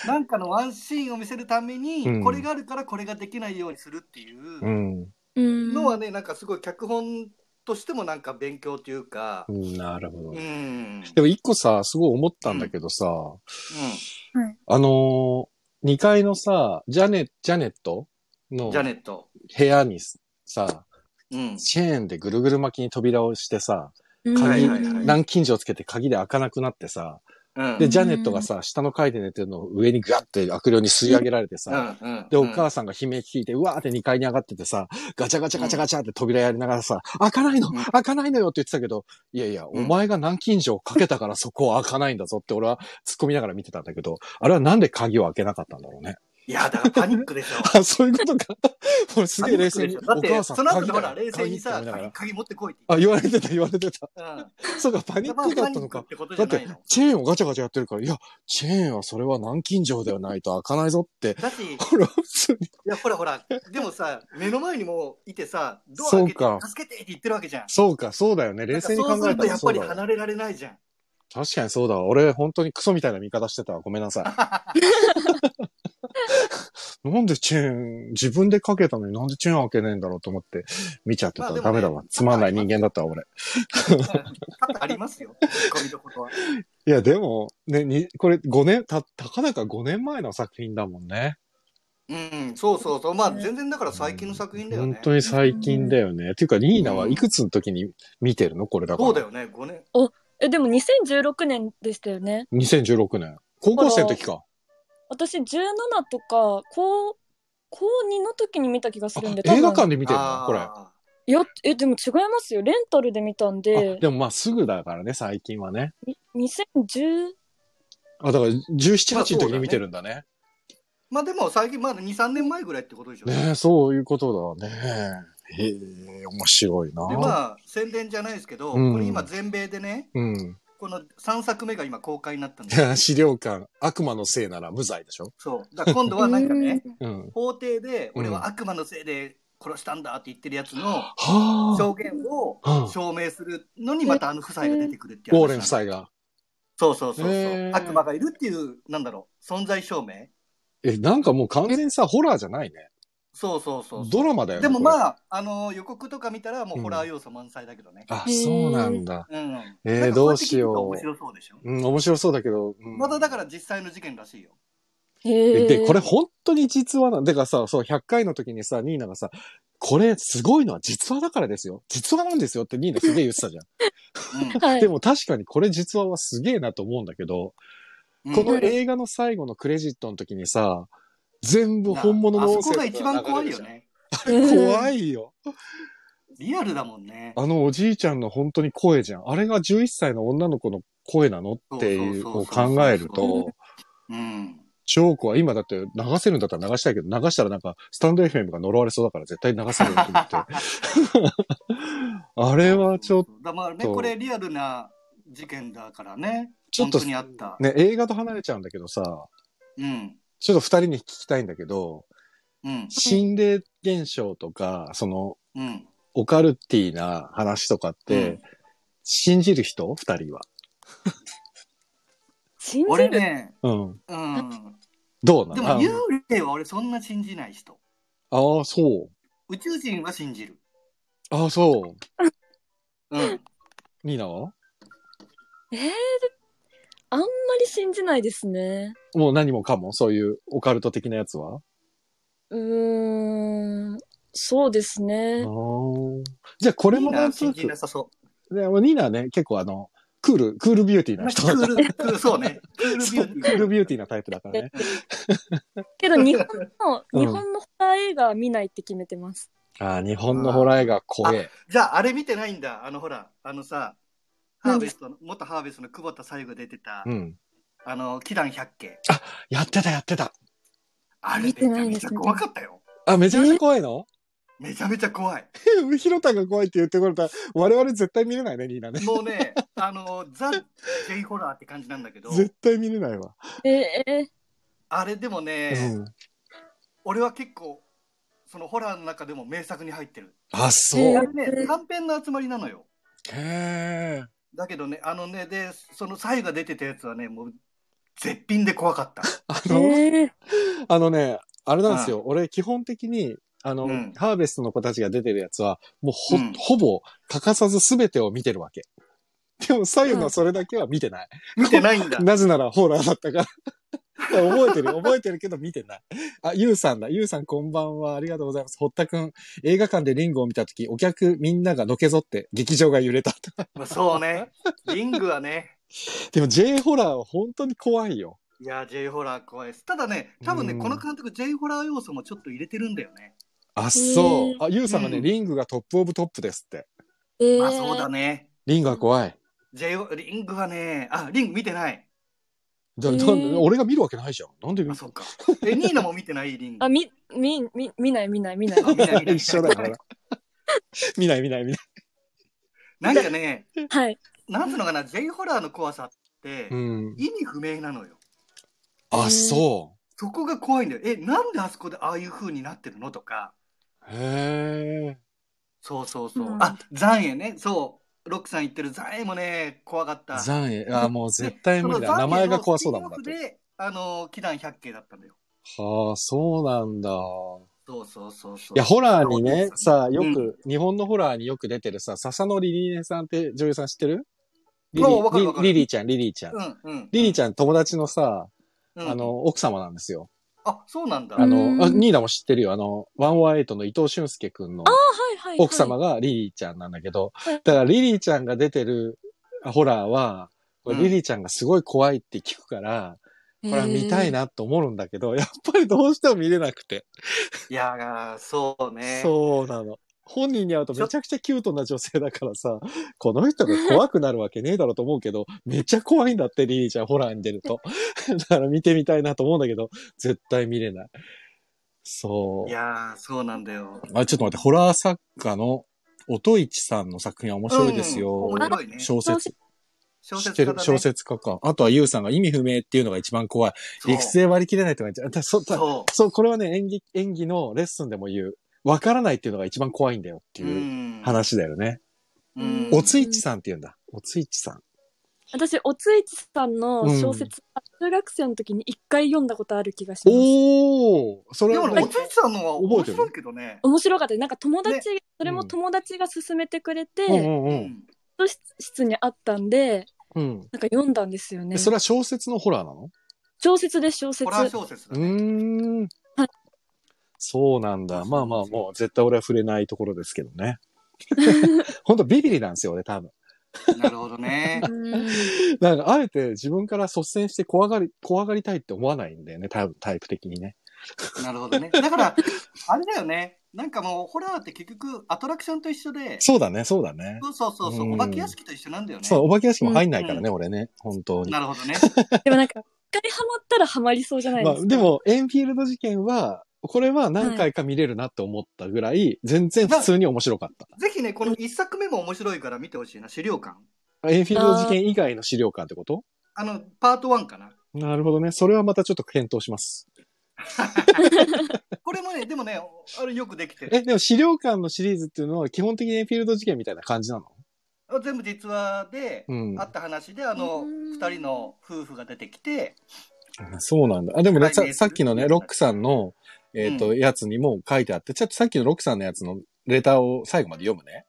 B: なんかのワンシーンを見せるために、
A: うん。
B: これがあるからこれができないようにするっていううん
D: うん
B: のはね、なんかすごい脚本としてもなんか勉強というか、
A: うんなるほど
B: う。ん。
A: でも一個さ、すごい思ったんだけどさ、あのー、2階のさ、ジャネ、ジャネット
B: うん、
A: の
B: ジャネット。
A: 部屋にさ、
B: うん。
A: チェーンでぐるぐる巻きに扉をしてさ、
D: うん
A: 鍵、
B: はいはいはい
A: 南京錠つけて鍵で開かなくなってさ、
B: うん。
A: で、ジャネットがさ、下の階で寝てるのを上にガッて悪霊に吸い上げられてさ、
B: うんうん、
A: で、お母さんが悲鳴聞いて、うわーって2階に上がっててさ、ガチャガチャガチャガチャって扉やりながらさ、開かないの
B: うん
A: 開かないのよって言ってたけど、いやいや、お
B: うん
A: 前が南京錠かけたからそこは開かないんだぞって俺は突っ込みながら見てたんだけど、あれはなんで鍵を開けなかったんだろうね。
B: いや、だからパニックでしょ。
A: あ、そういうことか。俺 すげえ冷静に。お
B: だって、
A: 母さん、
B: その後
A: 鍵
B: で
A: だ
B: ほら、冷静にさ、
A: 鍵だ
B: 鍵
A: よ
B: 鍵持ってこいって
A: あ、言われてた、言われて た。
B: 言って。
A: そうか、パ
B: うん。
A: ニッ
B: だから
A: クだ
B: パ
A: っ
B: ニ
A: た
B: ッ
A: の
B: クっ
A: か。
B: てことじ
A: だ
B: ゃ
A: っ
B: ない
A: て
B: の。、
A: チェーンをガチャガチャやってるから、いや、チェーンはそれは南京錠ではないと開かないぞって。
B: だし、い
A: これは普通に。
B: や、ほらほら、でもさ、目の前にもういてさ、ドア
A: そう
B: 開けて
A: か、
B: 助けてって言ってるわけじゃん。
A: そうか、そうだよね。冷静に考えた
B: や
A: ら
B: っぱ
A: そう
B: り
A: だわ。
B: 離れられないじゃん。
A: 確かにそうだわ。俺、本当にクソみたいな見方してたわ。ごめんなさ い。なんでチェーン、自分でかけたのになんでチェーン開けねえんだろうと思って見ちゃってた。
B: まあでも
A: ダ
B: ね
A: メだわ。つまんない人間だったわ、俺。
B: 多々ありますよ、ツッコミどころは。
A: いや、でも、ね、に、これ5年、た、たかだか5年前の作品だもんね。
B: うん、そうそうそう。まあ、全然だから最近の作品だよね。
A: 本当に最近だよね。っていうか、ニーナはいくつの時に見てるのこれだから。
B: そうだよね、5年。
D: え、でも2016年でしたよね。
A: 2016年。高校生の時か。
D: 私17とか、高、高2の時に見た気がするんで、
A: 映画
D: 多分
A: 館で見てるの
B: あー
A: これ。
D: いや、え、でも違いますよ。レンタルで見たん
A: あ
D: で、
A: でもまあすぐだからね、最近はね。
D: 2010、
A: あ、だから17、
B: まあ
A: 8の時に見てるんだね。
B: まあでも最近、まだ2、3年前ぐらいってことでしょ。
A: ねえそういうことだね。へえ、面白いな。
B: で、まあ、宣伝じゃないですけど、
A: うん
B: これ今全米でね、
A: うん。
B: この3作目が今公開になったんで
A: い
B: すよ。
A: や資料館、悪魔のせいなら無罪でしょ
B: そう。だから今度はなんかね、
A: うん。
B: 法廷で、
A: うん
B: 俺は悪魔のせいで殺したんだって言ってるやつの
A: はあ。
B: 証言を
A: うん
B: 証明するのにまたあの夫妻が出てくるって
A: ウ
B: 話
A: ォーレン夫妻が。
B: そうそうそうそう、
A: へー
B: 悪魔がいるっていう、なんだろう、存在証明
A: え、なんかもう完全にさ、ホラーじゃないね。
B: そうそうそうそう。
A: ドラマだよね。
B: でも
A: あ。
B: まあ、あの予告とか見たら、もううんホラー要素満載だけどね。
A: あ、
D: へー
A: そうなんだ。
B: うん。
A: えー
B: なんか
A: どうしよう
B: こやって聞くと面白そうでしょ。
A: うん、面白そうだけど。うん
B: まだだから実際の事件らしいよ。
D: へ
A: え
D: ー
A: で、これ本当に実話なんだからさ、そう、100回の時にさ、ニーナがさ、これすごいのは実話だからですよ。実話なんですよってニーナすげえ言ってたじゃん。
D: はい
A: でも確かにこれ実話はすげえなと思うんだけど、
B: うん。
A: こ
B: う
A: の
B: ん
A: 映画の最後のクレジットの時にさ、全部本物の
B: あ
A: 音
B: そ
A: 声
B: こが
A: とか
B: 一番怖
A: 流
B: い
A: れ
B: よ
A: るじゃん。
B: ね。
A: 怖いよ。
B: リアルだもんね。
A: あのおじいちゃんの本当に声じゃん。あれが11歳の女の子の声なのっていうのを考える
B: そうそうそう
A: と、
B: うん。
A: チョークは今だって流せるんだったら流したいけど、流したらなんかスタンド FM が呪われそうだから絶対流せないと思って。 あれはちょっと、
B: と。だまあね、これリアルな事件だからね。
A: ちょっと
B: 本当にあった。
A: ね、映画と離れちゃうんだけどさ、
B: うん。
A: ちょっと二人に聞きたいんだけど、
B: うん。
A: 心霊現象とか、その、
B: うん。
A: オカルティーな話とかって、
B: うん
A: 信じる人二人は。
D: 信じ
B: 俺
D: る。
B: ね、
A: うん。
B: うん。
A: どうな
B: で
A: の
B: も幽霊は俺そんな信じない人。
A: ああ、そう。
B: 宇宙人は信じる。
A: ああ、そう。
B: うん。
A: ニーナは
D: えーあんまり信じないですね。
A: もう何もかもそういうオカルト的なやつは
D: うーん、そうです
A: あ
D: ね。
A: ーじゃあこれ
B: み
A: も
B: ん
A: なん
B: な
A: とな
B: 信
A: く
B: じなさそう。
A: でもニーナはね、結構あの、クール、クールビューティー な
B: ク
A: 人だから。
B: ール、クール、そうね。クールビ
A: そう
B: ュ
A: ク
B: ーティ
A: ー
B: ー。
A: ルビューティーなタイプだからね。
D: けど日本の、
A: うん
D: 日本のホラー映画は見ないって決めてます。
A: ああ、日本のホラー映画怖え。
B: じゃあ、あれ見てないんだ。あの、ほら、あのさ、ハーベストの、元ハーベストの久保田最後出てた、
A: うん。
B: あの、キラン百景。
A: やってた、やってた。
B: あれ、め
D: 見
B: ち
D: て
B: ゃ
D: ない
B: めち
D: です
B: ゃ
D: ね
B: 怖かったよ。
A: あ、めちゃめちゃ怖いの
B: めちゃめちゃ怖い。
A: え、ひろたが怖いって言ってこれたら、我々絶対見れないね、ニーナね。
B: もうね、あの、ザ・ジェイホラーって感じなんだけど、
A: 絶対見れないわ。
D: えー、
B: あれでもね、
A: うん。
B: 俺は結構、そのホラーの中でも名作に入ってる。
A: あ、
B: あ
A: そう。
B: れね、短編の集まりなのよ。
A: へえ。
B: だけどね、あのね、で、その最後出てたやつはね、もう、絶品で怖かった。
A: あ
D: え
A: の、
D: ー、
A: あのね、あれなんですよ。俺、基本的に、あの、
B: うん
A: ハーベストの子たちが出てるやつは、もうほ、
B: うん
A: ほぼ欠かさず全てを見てるわけ。でも、左右のそれだけは見てない。
B: 見てないんだ。
A: なぜなら ホラーだったから。いや覚えてる、覚えてるけど見てない。あ、ゆうさんだ。ゆうさんこんばんは。ありがとうございます。堀田くん、映画館でリングを見たとき、お客みんながのけぞって劇場が揺れた。
B: まあ、そうね。リングはね、
A: でも J ホラーは本当に怖いよ。
B: いやー、J ホラー怖いです。ただね、多分ね、
A: うん
B: この監督、J ホラー要素もちょっと入れてるんだよね。
A: あ、そう
D: う。ん
A: あ、ゆうさんがね、
B: うん
A: リングがトップオブトップですって。
D: えー、
B: まあ、そうだね。
A: リングが怖い。
B: J、リングはね、あ、リング見てない。
A: だ
D: へ
A: だ
D: ー
A: 俺が見るわけないじゃん。なんで見
B: あ、そうか。え、ニーナも見てないリンゴ。
D: あ、み、み、み、見ない見ない見ない。
B: あ見ない見ない
A: 一緒だよ、ほら 見ない見ない見ない。
B: なんかね、
D: はい。
B: なんつうのかな、J ホラーの怖さって、
A: うん。
B: 意味不明なのよ。
A: あ、そ
B: そこが怖いんだよ。え、なんであそこでああいう風になってるのとか。
A: う。へえ。
B: そうそうそう。
D: うん
B: あ、ザンエね。そう。ロックさん言ってるザンエもね、怖かった。
A: 残影。あ、もう絶対無理
B: そ
A: だ。
B: の
A: 名
B: 残影の
A: 前が怖そうだもんだっ
B: スピンオ
A: て。
B: フで、あの、祈願百景だったんだよ。
A: はあ、そうなんだ。
B: そうそうそうそう。
A: いや、ホラーにね、さ、よ
B: う
A: く、日本のホラーによく出てるさ、笹野リリネさんって女優さん知ってるリリ
B: あわかるわかる
A: リリリーちゃん、リリーちゃん。
B: うんうん。
A: リリーちゃん友達のさ、
B: うん
A: あ、の、奥様なんですよ。
B: あ、そうなんだ。
A: あ
D: うん
A: の、あニーナも知ってるよ。あの、ワンワエイトの伊藤俊介くんの
D: はいはいはい。
A: 奥様がリリーちゃんなんだけど
D: はい、
A: だからリリーちゃんが出てるホラーは、これ
B: うん
A: リリーちゃんがすごい怖いって聞くから、
D: へー、
A: これは見たいなと思うんだけど、やっぱりどうしても見れなくて。
B: いやー、そうね。
A: そうなの。本人に会うとめちゃくちゃキュートな女性だからさ、この人が怖くなるわけねえだろうと思うけど、めっちゃ怖いんだって、リリーちゃん、ホラーに出ると。 だから見てみたいなと思うんだけど、絶対見れない。そう。
B: いやー、そうなんだよ。
A: あ、ちょっと待って、ホラー作家の音市さんの作品は面白いですよ。
B: うん面白いね
A: 小
D: 小
A: 説
D: 説、
B: 小
A: 知っ
B: 説
A: て
B: 家だ
A: る
B: ね。
A: 小説家か。あとはユウさんが意味不明っていうのが一番怖い。
B: そう
A: 理屈で割り切れないとか言っちゃう。そそ、
B: そう
A: これはね、演技、演技のレッスンでも言う。わからないっていうのが一番怖いんだよって
B: う。
A: いう
B: うん。
A: 話だよね。
B: うん
D: うん
A: おついちさんって言うんだ。おついちさん。
D: 私、おついちさんの小説、中学生の時に一回読んだことある気がします。
A: おーそれ
B: でも
A: は
B: ね、
A: ね
B: おついさんのは面白いけどね。
D: 面白かったですなんか友達、それ
A: う
D: も
A: ん
D: 友達が勧めてくれて、
A: う
D: 図
A: んうん
B: う
A: うん。
B: ん。
D: 書室にあったんで、
A: うん。
D: なんか読んだんですよね
A: え。それは小説のホラーなの
D: 小説です、小説
B: ホ。ラー小説だ
A: う
B: ね。
A: ーん
D: はい。
A: そうなんだ。まあまあ、もう絶対俺は触れないところですけどね。本当ビビリなんですよ、俺多分。
B: なるほどね。
D: うん
A: なんか、あえて自分から率先して怖がり、怖がりたいって思わないんだよね、多分、タイプ的にね。
B: なるほどね。だから、あれだよね。なんかもう、ホラーって結局、アトラクションと一緒で、
A: そうだね、そうだね。
B: そうそうそうそうう、
A: ん
B: お化け屋敷と一緒なんだよね。
A: そう、お化け屋敷も入んないからね、俺ね、本当に。
B: なるほどね。
D: でもなんか、一回ハマったらハマりそうじゃない
A: ま
D: で
A: あ
D: す、か。
A: でも、エンフィールド事件は、これは何回か見れるなって思ったぐらい、全然普通に面白かった。
B: ぜひね、この一作目も面白いから見てほしいな。資料館。
A: エンフィールド事件以外の資料館ってこと
B: あの、パート1かな。
A: なるほどね。それはまたちょっと検討します。
B: これもね、でもね、あれよくできてる。
A: え、でも資料館のシリーズっていうのは基本的にエンフィールド事件みたいな感じなの
B: 全部実話で、
A: うん
B: あ。った話で、あの、
D: うん
B: 二人の夫婦が出てきて、
A: そうなんだ。あ、でもね、
B: はい
A: さ
B: ね
A: さっきのね、ロックさんの、えっ、と、
B: う
A: やつにも書いてあって、ちょっとさっきのロックさんのやつのレターを最後まで読むね。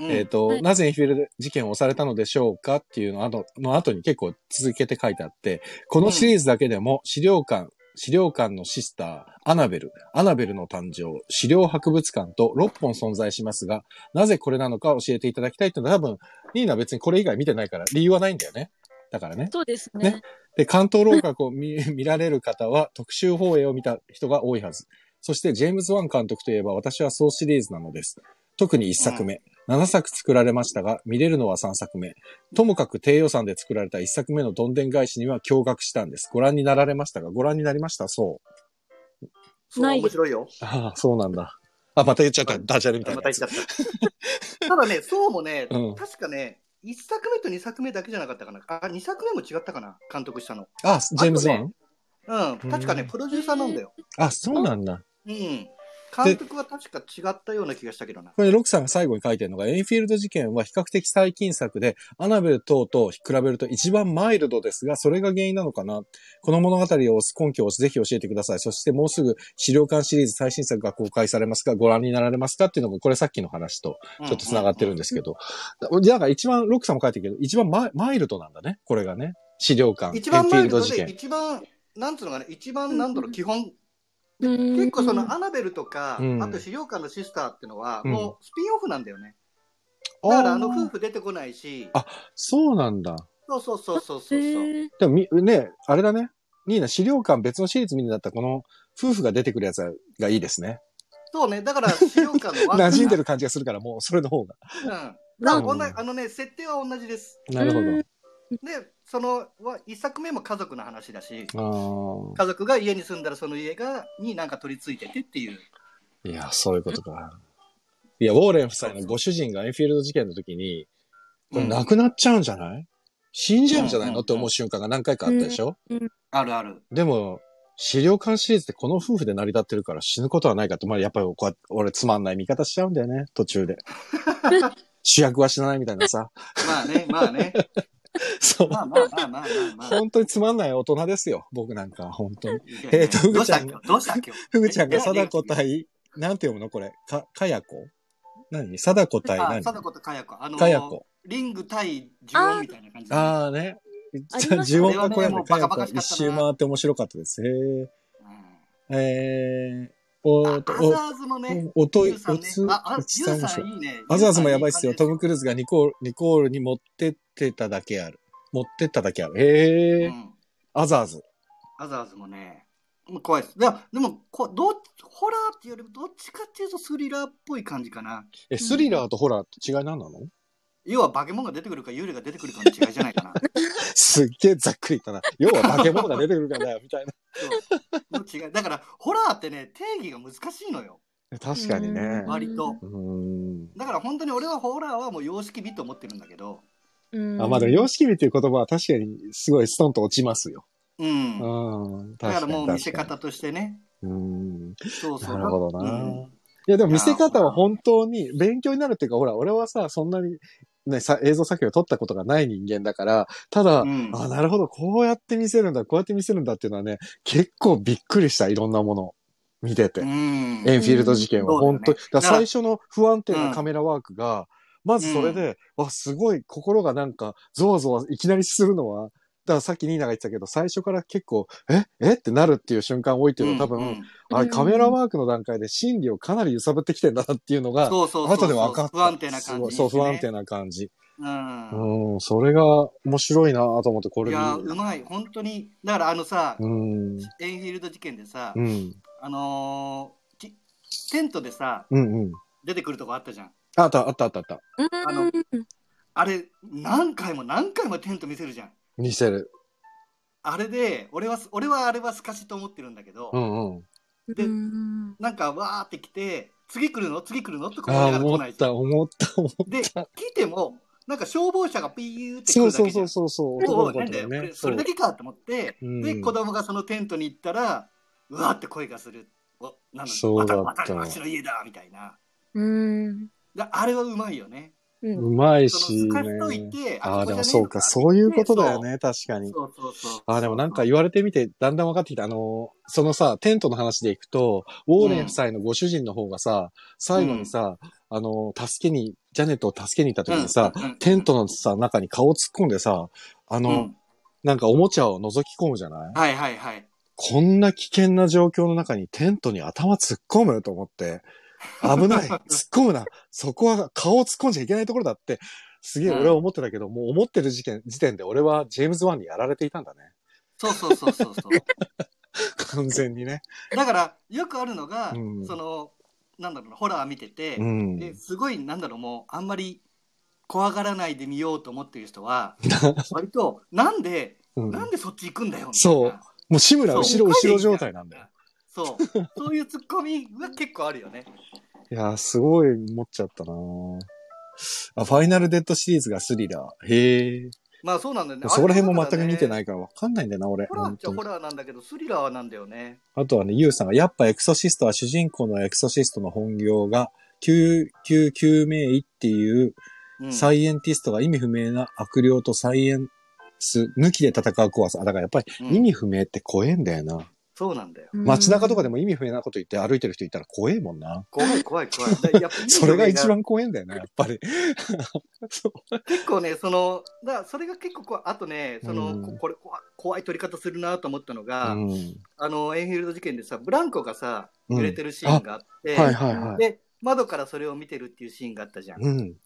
B: うん
A: えっ、と、
D: はい
A: なぜエンフィールド事件をされたのでしょうかっていうのあとの後に結構続けて書いてあって、このシリーズだけでも資料館、資料館のシスター、アナベル、アナベルの誕生、資料博物館と6本存在しますが、なぜこれなのか教えていただきたいっていうのは多分、ニーナは別にこれ以外見てないから理由はないんだよね。だからね。
D: そうですね。
A: ねで、関東楼閣を見 見られる方は特集放映を見た人が多いはず。そして、ジェームズ・ワン監督といえば私はそうシリーズなのです。特に1作目。7作作られましたが、見れるのは3作目。ともかく低予算で作られた1作目のどんでん返しには驚愕したんです。ご覧になられましたが、ご覧になりましたそう。
B: そう
D: ない
B: 面白いよ。
A: ああ、そうなんだ。あ、また言っちゃった。ダジャレみたい
B: ま
A: な
B: た
A: や
B: 言っ
A: つ。
B: ちゃった。ただね、そうもね、
A: うん
B: 確かね、1作目と2作目だけじゃなかったかな。あ、2作目も違ったかな、監督したの。
A: あ、ジェームズ・ワン、
B: うん、確かね、
A: うん
B: プロデューサーなんだよ。
A: あ、そうなんだ。
B: うん。監督は確か違ったような気がしたけどな。
A: これ、ロクさんが最後に書いてるのが、エンフィールド事件は比較的最近作で、アナベル等と比べると一番マイルドですが、それが原因なのかな。この物語を推す根拠をぜひ教えてください。そしてもうすぐ資料館シリーズ最新作が公開されますが、ご覧になられますかっていうのが、これさっきの話と
B: ちょ
A: ちょっと繋がってるんですけど。だから一番、ロクさんも書いてるけど、一番マイマイルドなんだね。これがね。資料館。
B: 一番マイルド
A: エンフィールド事
B: で、
A: 件。
B: 一番、なんつうのかな、一番、なんだろ
D: う
B: う、
D: ん
B: 基本、
D: うん
B: 結構そのアナベルとか、
A: うん
B: あと資料館のシスターってのは、
A: うん
B: もうスピンオフなんだよね。だからあの夫
A: あー
B: 婦出てこないし、
A: あそうなんだ。
B: そうそうそうそうそうそう。
D: へー
A: でもみ、ね、あれだね。ニーナ、資料館別のシリーズ見るんだったら、この夫婦が出てくるやつがいいですね。
B: そうね、だから資料館のワ ン
A: 馴染んでる感じがするから、もうそれの方が。
B: うん。だから
A: うん
B: 同じあのね、設定は同じです。
A: なるほど。
D: うん
B: で、そのは一作目も家族の話だし、
A: あー
B: 家族が家に住んだらその家がになんか取り付いててっていう。
A: いや、そういうことか。いや、ウォーレン夫妻のご主人がエンフィールド事件の時に、これ亡くなっちゃうんじゃない死んじゃうんじゃないのって思う瞬間が何回かあったでしょ
B: あるある。
A: でも、資料館シリーズってこの夫婦で成り立ってるから死ぬことはないかと、まあやっぱりこうやって俺つまんない見方しちゃうんだよね、途 中で。主役は死なないみたいな さ。
B: まあね、まあね。
A: そう。
B: まあまあまあまあ まあまあ。
A: 本当につまんない大人ですよ、僕なんか、本当に。え
B: え
A: ーとう
B: ど
A: ぐ
B: うし
A: ちゃ
B: た
A: んが
B: 今日どうした今日
A: ふぐちゃんが貞子対、なんて読むのこれ。か、かやこ何貞子対
B: あ、
A: 何
B: 貞子とかやこ。あの、
A: かやこ。
B: リング対ジュオンみたいな感じだね
A: ああね。
D: ありましたね
A: 呪文がこれ
B: あれはねも
A: ね、
B: う
A: か
B: バ
A: や
B: カバ
A: こ
B: カしか
A: 一
B: ったな
A: 周回って面白かったです。へえ。えー、
B: うん
A: お
B: あ
A: ーと、
B: アザーズのね、
A: お、おとい、
B: ユ
A: お
B: ウさんね
A: つ、
B: ああ
A: おつさ
B: ユ
A: ん
B: ウ
A: も
B: さ
A: そ
B: ん
A: う。
B: いいね。
A: アザーズもやばいっすよ。トム・ク
B: ル
A: ルーズがニコール、ニコールに持ってってただけある。持ってっただけある。へえ、
B: うん。
A: アザーズ。
B: アザーズもね、もう怖いです。いや、でもこう、どっちホラーっていうよりも、どっちかっていうとスリラーっぽい感じかな。
A: え、スリラーとホラーって違い何なの、
B: 要は化け物が出てくるか幽霊が出てくるかの違いじゃない かな。
A: すっげえざっくり言ったな。要は化け物が出てくるからだよ、みたいな。
B: そうの違い。だから、ホラーってね、定義が難しいのよ。
A: 確かにね。
B: 割と。
A: うーん。
B: だから本当に俺はホラーはもう様式美と思ってるんだけど、
D: うん
A: あ、まあでも、様式美っていう言葉は確かにすごいストンと落ちますよ。
B: うん。だ
A: うん。
B: か
A: 確からに。
B: もう見せ
A: 確か
B: 方としてね。
A: に。うん。
B: そうそう。
A: なるほどな。
B: うん
A: いや、でも見せ方は本当に勉強になるっていうか、ほら、俺はさ、そんなに、ね、さ映像作品を撮ったことがない人間だから、ただ、
B: うん
A: あ、なるほど、こうやって見せるんだ、こうやって見せるんだっていうのはね、結構びっくりした、いろんなもの、見てて。
B: うん。
A: エンフィールド事件は本当に、
B: うん
A: だから
B: だから
A: 最初の不安定なカメラワークが、まずそれで、わ、すごい心がなんか、ゾワゾワいきなりするのは、だからさっきニーナが言ってたけど、最初から結構、ええってなるっていう瞬間多いっていうのは多分、
B: うんうん
A: あ
D: う
A: れ
D: ん
A: カメラワークの段階で心理をかなり揺さぶってきてんだなっていうのが、
B: そうそうそう。
A: 後で分かった。
B: 不安定な感じにしてね、
A: そう、不安定な感じ。
B: うん。
A: うん、それが面白いなと思って、これ
B: い
A: 見る
B: やうまい本当にだからあのさ、
A: うん。
B: エンフィールド事件でさ、
A: うん。
B: あのーきテントでさ
A: うんうん。
B: 出てくるとこあったじゃん
A: あった、あった、あった、あった。
B: あのあれ何回も何回もテント見せるじゃん
A: 見せる。
B: あれで俺は俺はあれは透かしと思ってるんだけど、
A: うんうん。
B: で
D: うん
B: なんかわーって来て次来るの次来るのとか思い
A: あ
B: なが
A: あ、
B: ら
A: 思
B: 来な
A: っ
B: いじゃん
A: た、思った、思った。
B: で来てもなんか消防車がピーって来
A: そう
B: るだ
A: そ
B: け
A: う
B: じ
A: そ
B: ゃん
A: うそうそう。
B: お
A: 男の
B: うなん
A: 子
B: だ
A: だよ
B: よ、こ
A: ね
B: れ。それだけかと思って、
A: うん
B: で子供がそのテントに行ったらうわーって声がするおなんだ
A: そうだった
B: またまた私の家だみたいな
D: うん
B: であれはうまいよね
D: う
A: うんうまい
B: そ
A: し
B: の
A: ね
B: 透かしとい。て
A: ああ、でも
B: ここじゃねえ
A: そう
B: の
A: か、そういうことだよね、確か
B: そ
A: に
B: う。そうそうそう
A: ああ、でもなんか言われてみて、だんだん分かってきた。あの、そのさ、テントの話でいくと、ウォーレン夫妻のご主人の方がさ、最後にさ、あの、助けに、ジャネットを助けに行った時にさ、
B: うんうん
A: テントのさ、中に顔を突っ込んでさ、あ
B: う
A: の、
B: ん
A: なんかおもちゃを覗き込むじゃない
B: はいはいはい
A: こんな危険な状況の中にテントに頭突っ込むと思って、危 ない、突っ込むな、そこは顔を突っ込んじゃいけないところだって、すげえ
B: うん
A: 俺は思ってたけど、もう思ってる時点時点で俺はジェームズ・ワンにやられていたんだね。
B: そうそうそうそうそう
A: 完全にね。
B: だからよくあるのが、
A: うん
B: そのなんだろうなホラー見てて、
A: うん。
B: ですごいなんだろうもうあんまり怖がらないで見ようと思ってる 人は割となんで
A: うん
B: なんでそっち行くんだよみたいな
A: そうもう志村後ろ後ろ状態なんだよ。
B: そうそういうツッコミは結構あるよね
A: いやー、すごい思っちゃったなーあ、ファイナルデッドシリーズがスリラー。へえ。
B: まあそうなんだよね
A: そこら辺も全く見てないいからわかんないんだよな、俺。
B: ホラー
A: 本
B: っちゃ
A: 当に
B: ホラーなんだけどスリラーなんだよね
A: あとはね、ゆうさんが、やっぱエクソシストは主人公のエクソシストの本業が、救急救命医っていう
B: うん
A: サイエンティストが意味不明な悪霊とサイエンス抜きで戦う怖さ。あだからやっぱり
B: うん
A: 意味不明って怖えんだよな。
B: そうなんだよ
A: 街中とかでも意味不明なこと言って歩いてる人いたら怖えもんな。
B: 怖い怖い怖いでやっぱ
A: それが一番怖えんだよな、やっぱ り。そう
B: 結構ねそのだからそれが結構怖いあとねその、
A: うん
B: ここれ怖い怖い撮り方するなと思ったの
A: う
B: が、
A: ん。
B: あのエンフィールド事件でさブランコがさ
A: うん
B: 揺れてるシーンがあって、
A: はいはいはい。
B: で窓からそれを見てるっていうシーンがあったじゃん、
A: うん。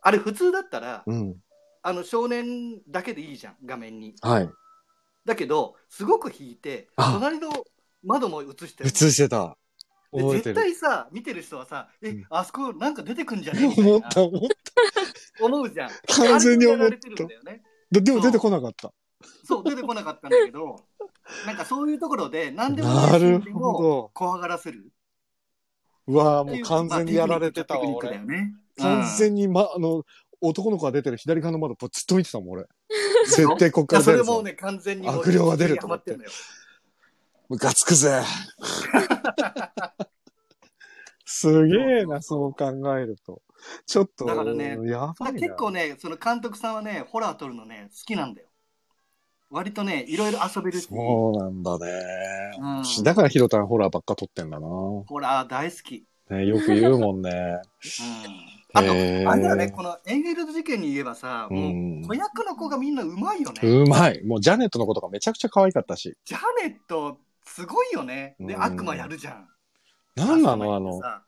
B: あれ普通だったら、
A: うん。
B: あの少年だけでいいじゃん画面に
A: はい。
B: だけどすごく引いて
A: あ
B: 隣の窓も映して
A: 映
B: る
A: してた。
B: で
A: 覚えて
B: 絶
A: る。
B: 対さ見てる人はさえ、
A: うん
B: あそこなんか出てくんじゃねえみたいな
A: 思っ た、思っ
B: 思うじゃん
A: た。完全に思
B: あ
A: っ
B: れもやられてる
A: た
B: んだ。よね
A: ででも出てこなかった。
B: そう、出てこなかったんだけど、なんかそういうところで、何でも
A: なる
B: で
A: ほ
B: も
A: ど。
B: 怖がらせる。
A: うわぁ、もう完全にやられてたわ、
B: テクニックだ
A: 俺。
B: よね。
A: 完
B: に。
A: 全に、ま、あの、男の子が出てる左側の窓、ぽずっと見てたもん、俺。絶対こっから
B: そ
A: 出
B: れ
A: る
B: もう
A: ぞ。
B: ね、完全にもう。
A: 悪霊が出ると思って
B: ハマんだよ
A: ムカつく ぜ。すげえな、そう考えると。ちょっと、
B: だからね
A: やばいな。
B: 結構ね、その監督さんはね、ホラー撮るのね、好きなんだよ。割とね、いろいろ遊べるし、ホ
A: そうなんだね。
B: うん
A: だからヒロタンホラーばっか撮ってんだな。
B: ラー大好き。
A: ね、よく言うもんね。
B: うん あと、
A: へー
B: あれだよね、このエンフィールド事件に言えばさ、
A: う
B: も
A: ん
B: う子役の子がみんなうまいよね。
A: うまい。もうジャネットのことがめちゃくちゃ可愛かったし。
B: ジャネット、すごいよね。で、
A: うん
B: 悪魔やるじゃん。
A: なんな
B: 悪魔
A: のあ
B: やって
A: の、
B: さ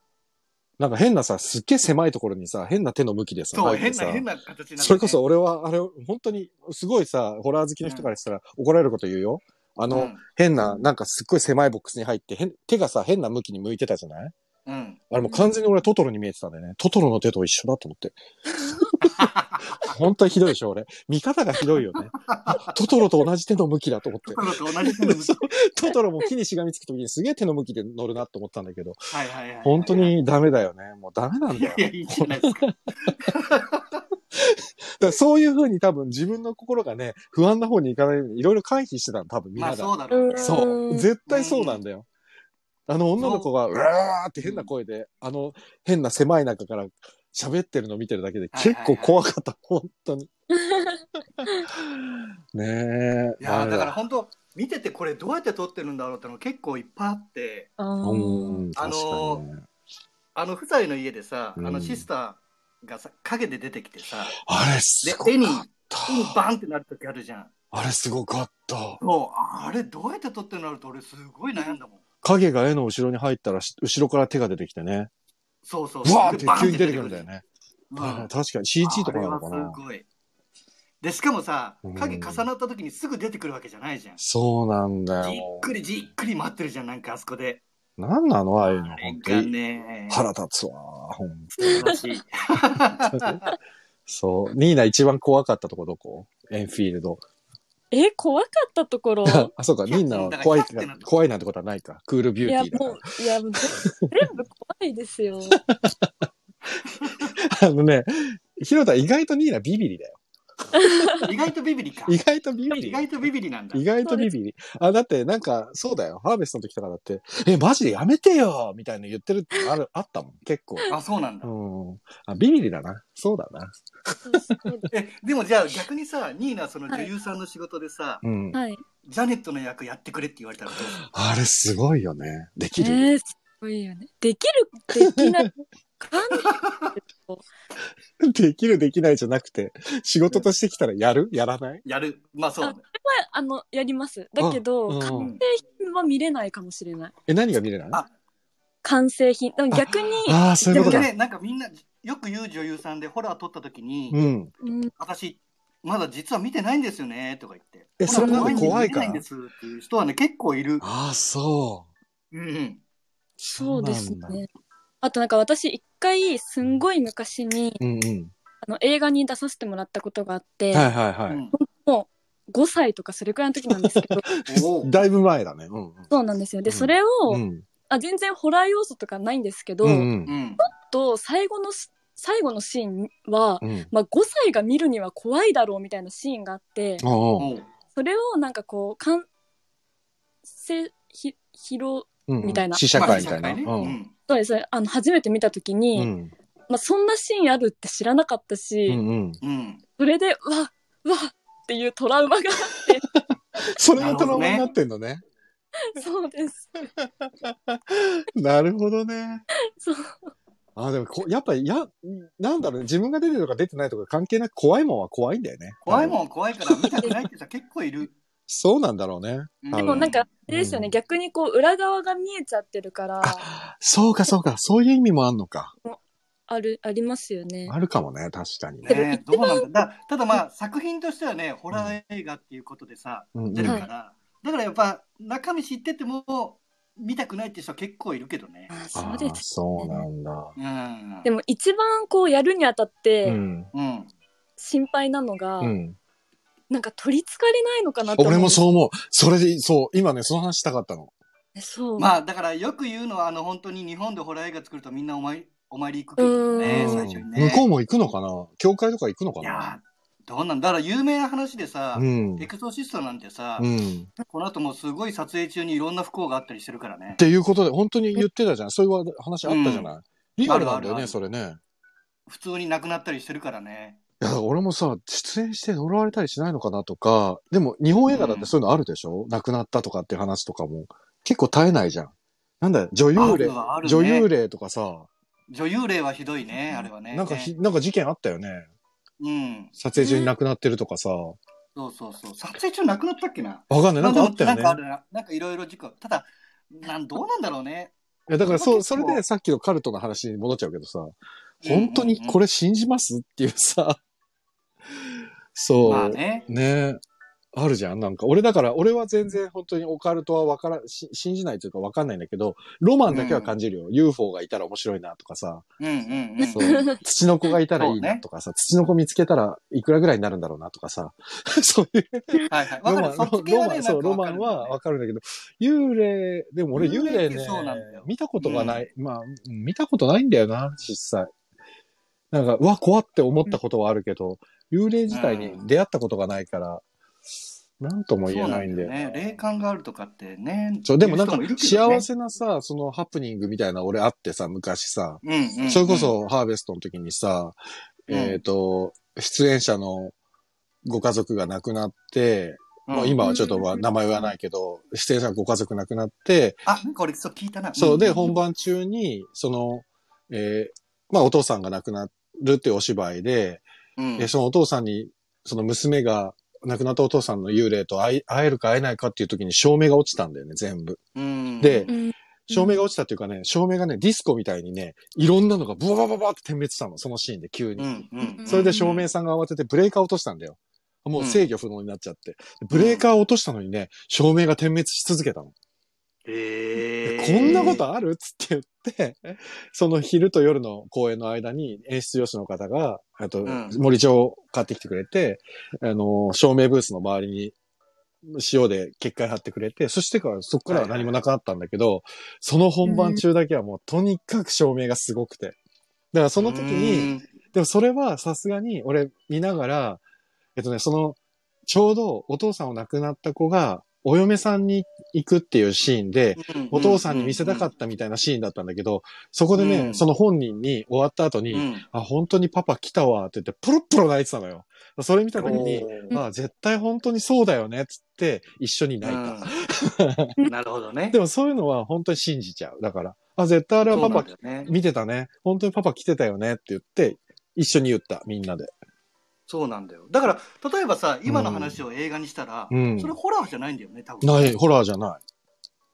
A: なんか変なさ、すっげえ狭いところにさ、変な手の向きでさ、
B: そ
A: 入っ
B: う、
A: て
B: 変
A: さ
B: な、変な形になってね
A: それこそ、俺は、あれ、本当に、すごいさ、ホラー好きの人からしたら怒られること言うよ。あの、
B: うん
A: 変な、なんかすっごい狭いボックスに入って、変手がさ、変な向きに向いてたじゃない
B: うん。
A: あれもう完全に俺はトトロに見えてたんだよね。トトロの手と一緒だと思 って。本当にひどいでしょ、俺。見方がひどいよね。トトロと同じ手の向きだと思って
B: ト。トロと同じ手 の向き
A: トトロも木にしがみつくときにすげえ手の向きで乗るなと思ったんだけど、
B: はいはいはい。
A: 本当。にダメだよね。もうダメなん
B: い
A: だよ
B: や。いや、いいじゃないです か。
A: だからそういうふうに多分自分の心がね、不安な方に行かないようにいろいろ回避してたの、多分みん
B: ま
A: な
B: あ
A: が。
B: そうだろうね。
D: うん
A: そうう。
D: ん
A: 絶対そうなんだよ。あの女の子が、うわーって変な声で、あの変な狭い中から喋ってるの見てるだけで
B: はいはい
A: 結
B: は
A: 構
B: い
A: 怖かった、本当 に。ねえ。
B: いや
A: ダメ
B: ーだから本当、見ててこれどうやって撮ってるんだろうっての結構いっぱいあって、
D: あ
A: う
D: ー
A: ん、
B: あ
A: 確
B: の
A: かにね、
B: あの夫妻の家でさ、あ
A: う
B: の
A: ん
B: シスターがさ、影で出てきてさ、
A: あれすご
B: で、絵に、
A: か
B: 絵
A: っ
B: に
A: た。
B: バンってなる時あるじゃん。
A: あれすごかった。
B: そう、あれどうやって撮ってるんだろうと俺すごい悩んだもん。
A: 影が絵の後ろに入ったらし、後ろから手が出てきてね。
B: そうそう
A: う
B: そう。
A: わーっ
B: で
A: て
B: バン
A: 急に出てくるんだよね。
B: うん
A: はい はい確かに CG とかなのか
B: あれは
A: な
B: す。ごい。で、しかもさ
A: うん、
B: 影重なった時にすぐ出てくるわけじゃないじゃん。
A: そうなんだ
B: じっ
A: よ。
B: くりじっくり待ってるじゃん、なんかあそこで。
A: なんなのああいうの、
B: あれ
A: 本当
B: が
A: に。
B: ね、
A: 腹立つわ。ほん
B: 素晴らしい。
A: そう。ニーナ一番怖かったとこどこエンフィールド。
D: え、怖かったところ
A: あ、そうか。ニーナは怖いか
B: だから
A: 怖いなんてことはないか。クールビ
D: い
A: ュー
D: や、
A: ティーだから
D: も。う、い や、もう全部怖いですよ。
A: あのね、ヒロタ意外とニーナビビリだよ。
B: 意外とビビリか。
A: 意外とビビ
B: 意
A: リ。
B: 外とビビリなんだ
A: 意。外とビビリ。あ、だってなんか、そうだよ。ハーベストの時とかだって、え、マジでやめてよみたいな言ってるってある、あったもん。結構。
B: あ、そうなんだ。
A: うん。あ、ビビリだな。そうだな。
B: え、でもじゃあ逆にさ、ニーナその女優さんの仕事でさ、
A: うん。
D: はい。
B: ジャネットの役やってくれって言われたらどうする
A: あれすごいよね。で
D: え
A: きる。
D: ー、すごいよね。できる、で きない。感
A: できる、できないじゃなくて、仕事としてきたらやるやらない
B: やる。まあそう。
D: あの、やります。だけど、
A: うん
D: 完
B: うん
D: 成品は見れないかもしれない。
A: え、何が見れない
B: あ
D: 完成品。でも逆に、
A: ああ、そうい
B: で
A: うこ
B: も
A: とか。
B: ね、なんかみんな、よく言う女優さんでホラー撮った時に、
A: うん。
D: うん、
B: 私、まだ実は見てないんですよね、とか言って。
A: えそれなん
B: ほ
A: で
B: ら
A: 怖いから
B: 見てないんですっていう人はね、結構いる。
A: ああ、そう。
B: うんうん。
D: そうです
A: そうなん
D: ね。あとなんか私、一回、すんごい昔に、
A: うんうん。
D: あの映画に出させてもらったことがあって、
A: はいはいは
B: う
A: い。
B: ん
D: もう5歳とかそれくらいの時なんです けど、
B: おう
A: だいぶ前だね。うん
D: そうなんですよ。で、
A: うん
D: それを、
A: うん。うん
D: あ全然ホラー要素とかないんですけど、
A: うん
B: うん。
D: と最後のし最後のシーンは、
A: うん。
D: まあ、5歳が見るには怖いだろうみたいなシーンがあって、
A: おうん
B: おう
D: それをなんかこう、完成ひ披露、
A: うんうん
D: みたいな
A: 試写会みたい
B: ま
A: な。
B: あ
A: う
B: 試写会
A: ん。
B: ね
D: そうですあの初めて見た時
A: う
D: に、
A: ん。
D: まあ、そんなシーンあるって知らなかったし、
A: うんうん。
B: うん。うん。
D: それで、うわうわっていうトラウマが、
A: それがトラウマになってんのね。
D: そうです。
A: なるほどね。
D: そう
A: ああ、でもこ、やっぱり、や、なんだろうね。自分が出てるとか出てないとか関係なく怖いもんは怖いんだよね。
B: 怖い
A: ん。
B: もん怖いから見たくないって人結構いる。
A: そうなんだろうね。
B: で
A: で
D: でもなんか、あれですよね、
A: うん
D: 逆にこう、裏側が見えちゃってるから、
A: そうかそうか。そういう意味もあんのか。
D: ある、ありますよね。
A: あるかもね。確かに。
B: ね、どうなんだだただまあ作品としてはねホラー映画っていうことでさ
A: うん
B: 出
A: う
B: るか
A: ん。
B: ら、だからやっぱ中身知ってても見たくないって人は結構いるけどね
D: あ。ー
A: あ
D: そう
A: あ
D: で、す。
A: そうなんだ。
B: うん、
D: でも一番こうやるにあたって
A: うん。
B: うん、
D: 心配なのが、
A: うん。
D: なんか取りつかれないのかなって
A: 俺もそう
D: う。
A: 思う。それで、そう、今ね、その話したかったの。
D: そう。
B: まあだからよく言うのはあの本当に日本でホラー映画作るとみんなお参りお参り行くけどね
D: う
B: 最初に
A: 向
B: ね
A: こうも行くのかな教会とか行くのか
B: い
A: な
B: やーどうなんだから有名な話でさ、
A: うん。
B: エクソシストなんてさ、
A: うん。
B: この後もすごい撮影中にいろんな不幸があったりしてるからね
A: っていうことで、本当に言ってたじゃん。そういう話あったじゃない。リアルなんだよ
B: あるあるあ
A: ね、
B: る
A: それね。
B: 普通に亡くなったりしてるからね
A: いや、だから俺もさ、出演して呪われたりしないのかなとか、でも日本映画だってそういうのあるでしょ、亡くなったとかっていう話とかも。結構絶えないじゃん。なんだよ、女優
B: あ
A: 霊
B: る。はあるね
A: 女優霊とかさ、
B: 女優霊はひどいねあれはね
A: なんかひ、なんか事件あったよね。
B: うん
A: 撮影中に亡くなってるとかさ。わ
B: そうそうそう撮影中亡くなったっけな
A: かんない。なんかあったよ
B: ま
A: ね。
B: でもなんかあるななんかいろいろ事故ただなんどうなんだろうね
A: いや、だからそう、
B: 結
A: そ
B: 構
A: れでさっきのカルトの話に戻っちゃうけどさ、 本当にこ
B: れ、
A: れ信じますっていうさ、そう。
B: まあね
A: ねあるじゃんなんか、俺だから、俺は全然本当にオカルトはわから、し信じないというかわかんないんだけど、ロマンだけは感じるよ。UFO がいたら面白いなとかさ、
B: うんうんうん
A: そう 土の子がいたらいい
B: そう
A: な
B: ね
A: とかさ、土の子見つけたらいくらぐらいになるんだろうなとかさ、 そういう
B: はいはい。わ
A: ロ
B: か
A: マ
B: る。
A: ン、ロ
B: そっち系
A: ロ
B: は
A: マ
B: ね
A: ン、そう、ロ マンはわかるんだけど、幽霊、でも俺幽霊
B: 幽霊って
A: ね
B: そうなんだよ、
A: 見たことがない。まあ、うん見たことないんだよな、実際。なんか、うわ、怖って思ったことはあるけど、幽霊自体に出会ったことがないから、なんとも
B: わか
A: 言
B: る
A: えないんだ
B: そう
A: よ
B: なんだ
A: な
B: よね。霊感があるとかってね。
A: そう、でもなんか
B: 言う、人もい
A: 幸
B: るけ
A: せなさ、そのハプニングみたいな俺あってさ、昔さ、
B: どね。うんうんうん
A: それこ、そハーベストの時にさ、
B: うん
A: えっと、出演者のご家族が亡くなって、
B: うん
A: まあ、今はちょっとまあ名前は言わないけど、出演者ご家族亡くなって、
B: あ、なんか俺そう聞いたな。
A: そう、で、
B: ん
A: 本。番中に、その、えーまあ、お父さんが亡くなるっていうお芝居で、
B: うん
A: えーそのお父さんに、その娘が、亡くなったお父さんの幽霊と会い会えるか会えないかっていう時に照明が落ちたんだよね、全部。
B: うん
A: で
D: うん。
A: 照明が落ちたっていうかね、照明がね、ディスコみたいにね、いろんなのがブワバババって点滅したの、そのシーンで急に。
B: うんうんうん
A: それで照明さんが慌ててブレーカー落としたんだよ。もう制御不能になっちゃって。ブレーカー落としたのにね、照明が点滅し続けたの。
B: へー
A: こんなことあるっつって言って、その昼と夜の公演の間に演出助手の方が、あと
B: ん
A: 森帳を買ってきてくれて、あの、照明ブースの周りに塩で結界貼ってくれて、そしてからそこからは何もなくなったんだけど、その本番中だけはもうとにかく照明がすごくて。だからその時に、、でもそれはさすがに俺見ながら、えっとね、その、ちょうどお父さんを亡くなった子が、お嫁さんに行くっていうシーンで、お父さんに見せたか
B: っ
A: ったみたいなシーンだったんだけど、そこでね、
B: うん
A: その本人に終わった後
B: た
A: に、
B: うん
A: あ、本当にパパ来たわって言って、ポロッポロ泣いてたのよ。それ見た時に、
B: うん
A: あ、絶対本当にそうだよねっつって、一緒に泣いた。
B: うんなるほどね
A: で。もそういうのは本当に信じちゃう。だから、あ、絶対あれは
B: そうな
A: パ
B: ん
A: パ
B: だよね。
A: 見てたね。本当にパパ来てたよねって言って、一緒に言った、みんなで。
B: そうなんだよ。だから、例えばさ、今の話を映画にしたら、
A: うん
B: それホラーじゃないんだよね、多分。
A: ない、ホラーじゃない。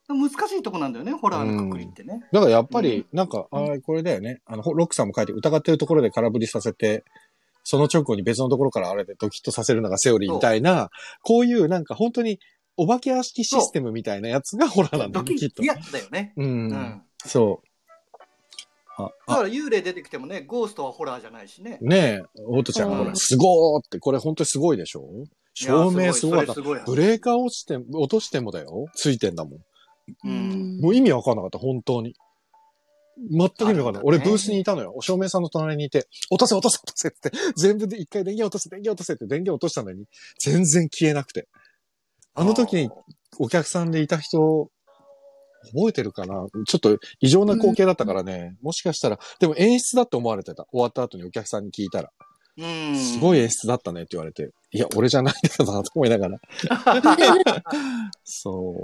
B: 難しいとこなんだよね、ホラーのくくりってね。
A: だからやっぱ
B: う
A: り、なんか、あーこれだよね。あの、ほロックさんも書いて、疑ってるところで空振りさせて、その直後に別のところからあれでドキッとさせるのがセオリーみたいな、こういうなんか本当にお化け屋敷システムみたいなやつがホラーなんだ
B: ド
A: よ
B: キ
A: ね、きっ
B: ッ
A: と
B: い。やだよね。
A: う。
B: うんん。
A: そう。あ、
B: だ
A: あ、
B: から幽霊出てきてもね、ゴーストはホラーじゃないしね。
A: ねえ、オトちゃん、
D: うん
A: ほら、すごーって、これ本当にすごいでしょ照明すごかった
B: いや。すごい
A: ブ
B: それすごい
A: レーカー落ちて、落としてもだよ。ついてんだもん。
B: うん
A: もう意味わかんなかった、本当に。全く意味わかんない。
B: あるんだね
A: 俺ブースにいたのよ。お照明さんの隣にいて、落とせ落とせ落とせって、全部で一回電源落とせ、電源落とせって電源落としたのに、全然消えなくて。あの時にお客さんでいた人、覚えてるかなちょっと異常な光景だったからね。もしかしたら、でも演出だって思われてた。終わった後にお客さんに聞いたら、
B: うん
A: すごい 演出だったねって言われて、いや、俺じゃないんだよなと思いながら。そ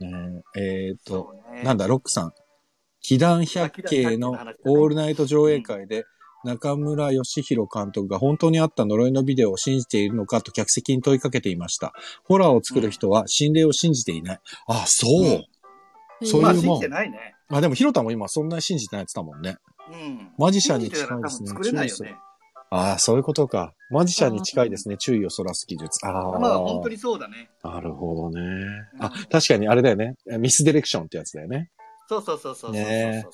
A: う。ねええーっと、
B: そうね
A: なんだ、ロックさん。祈願百景のオールナイト上映会で、中村義弘監督が本当にあった呪いのビデオを信じているのかと客席に問いかけていました。ホラーを作る人は心霊を信じていない。あ、そう。
B: うん
A: そう
B: まあ
A: いう
B: 信
A: も
B: じ
A: ん
B: て。ないね。
A: あ、でも、ヒロタも今そんなに信じてないって言ってたもんね。
B: うん。
A: マジシャンに
B: 信じてたら多分作れないよね。
A: ああ、そういうことか。マジシャンに近いですね。注意をそらす技術。ああ。
B: まあ本当にそうだね。
A: なるほどね。あ
B: うん、
A: 確かにあれだよね。ミスディレクションってやつだよね。
B: そうそうそうそうそうそう。
A: ね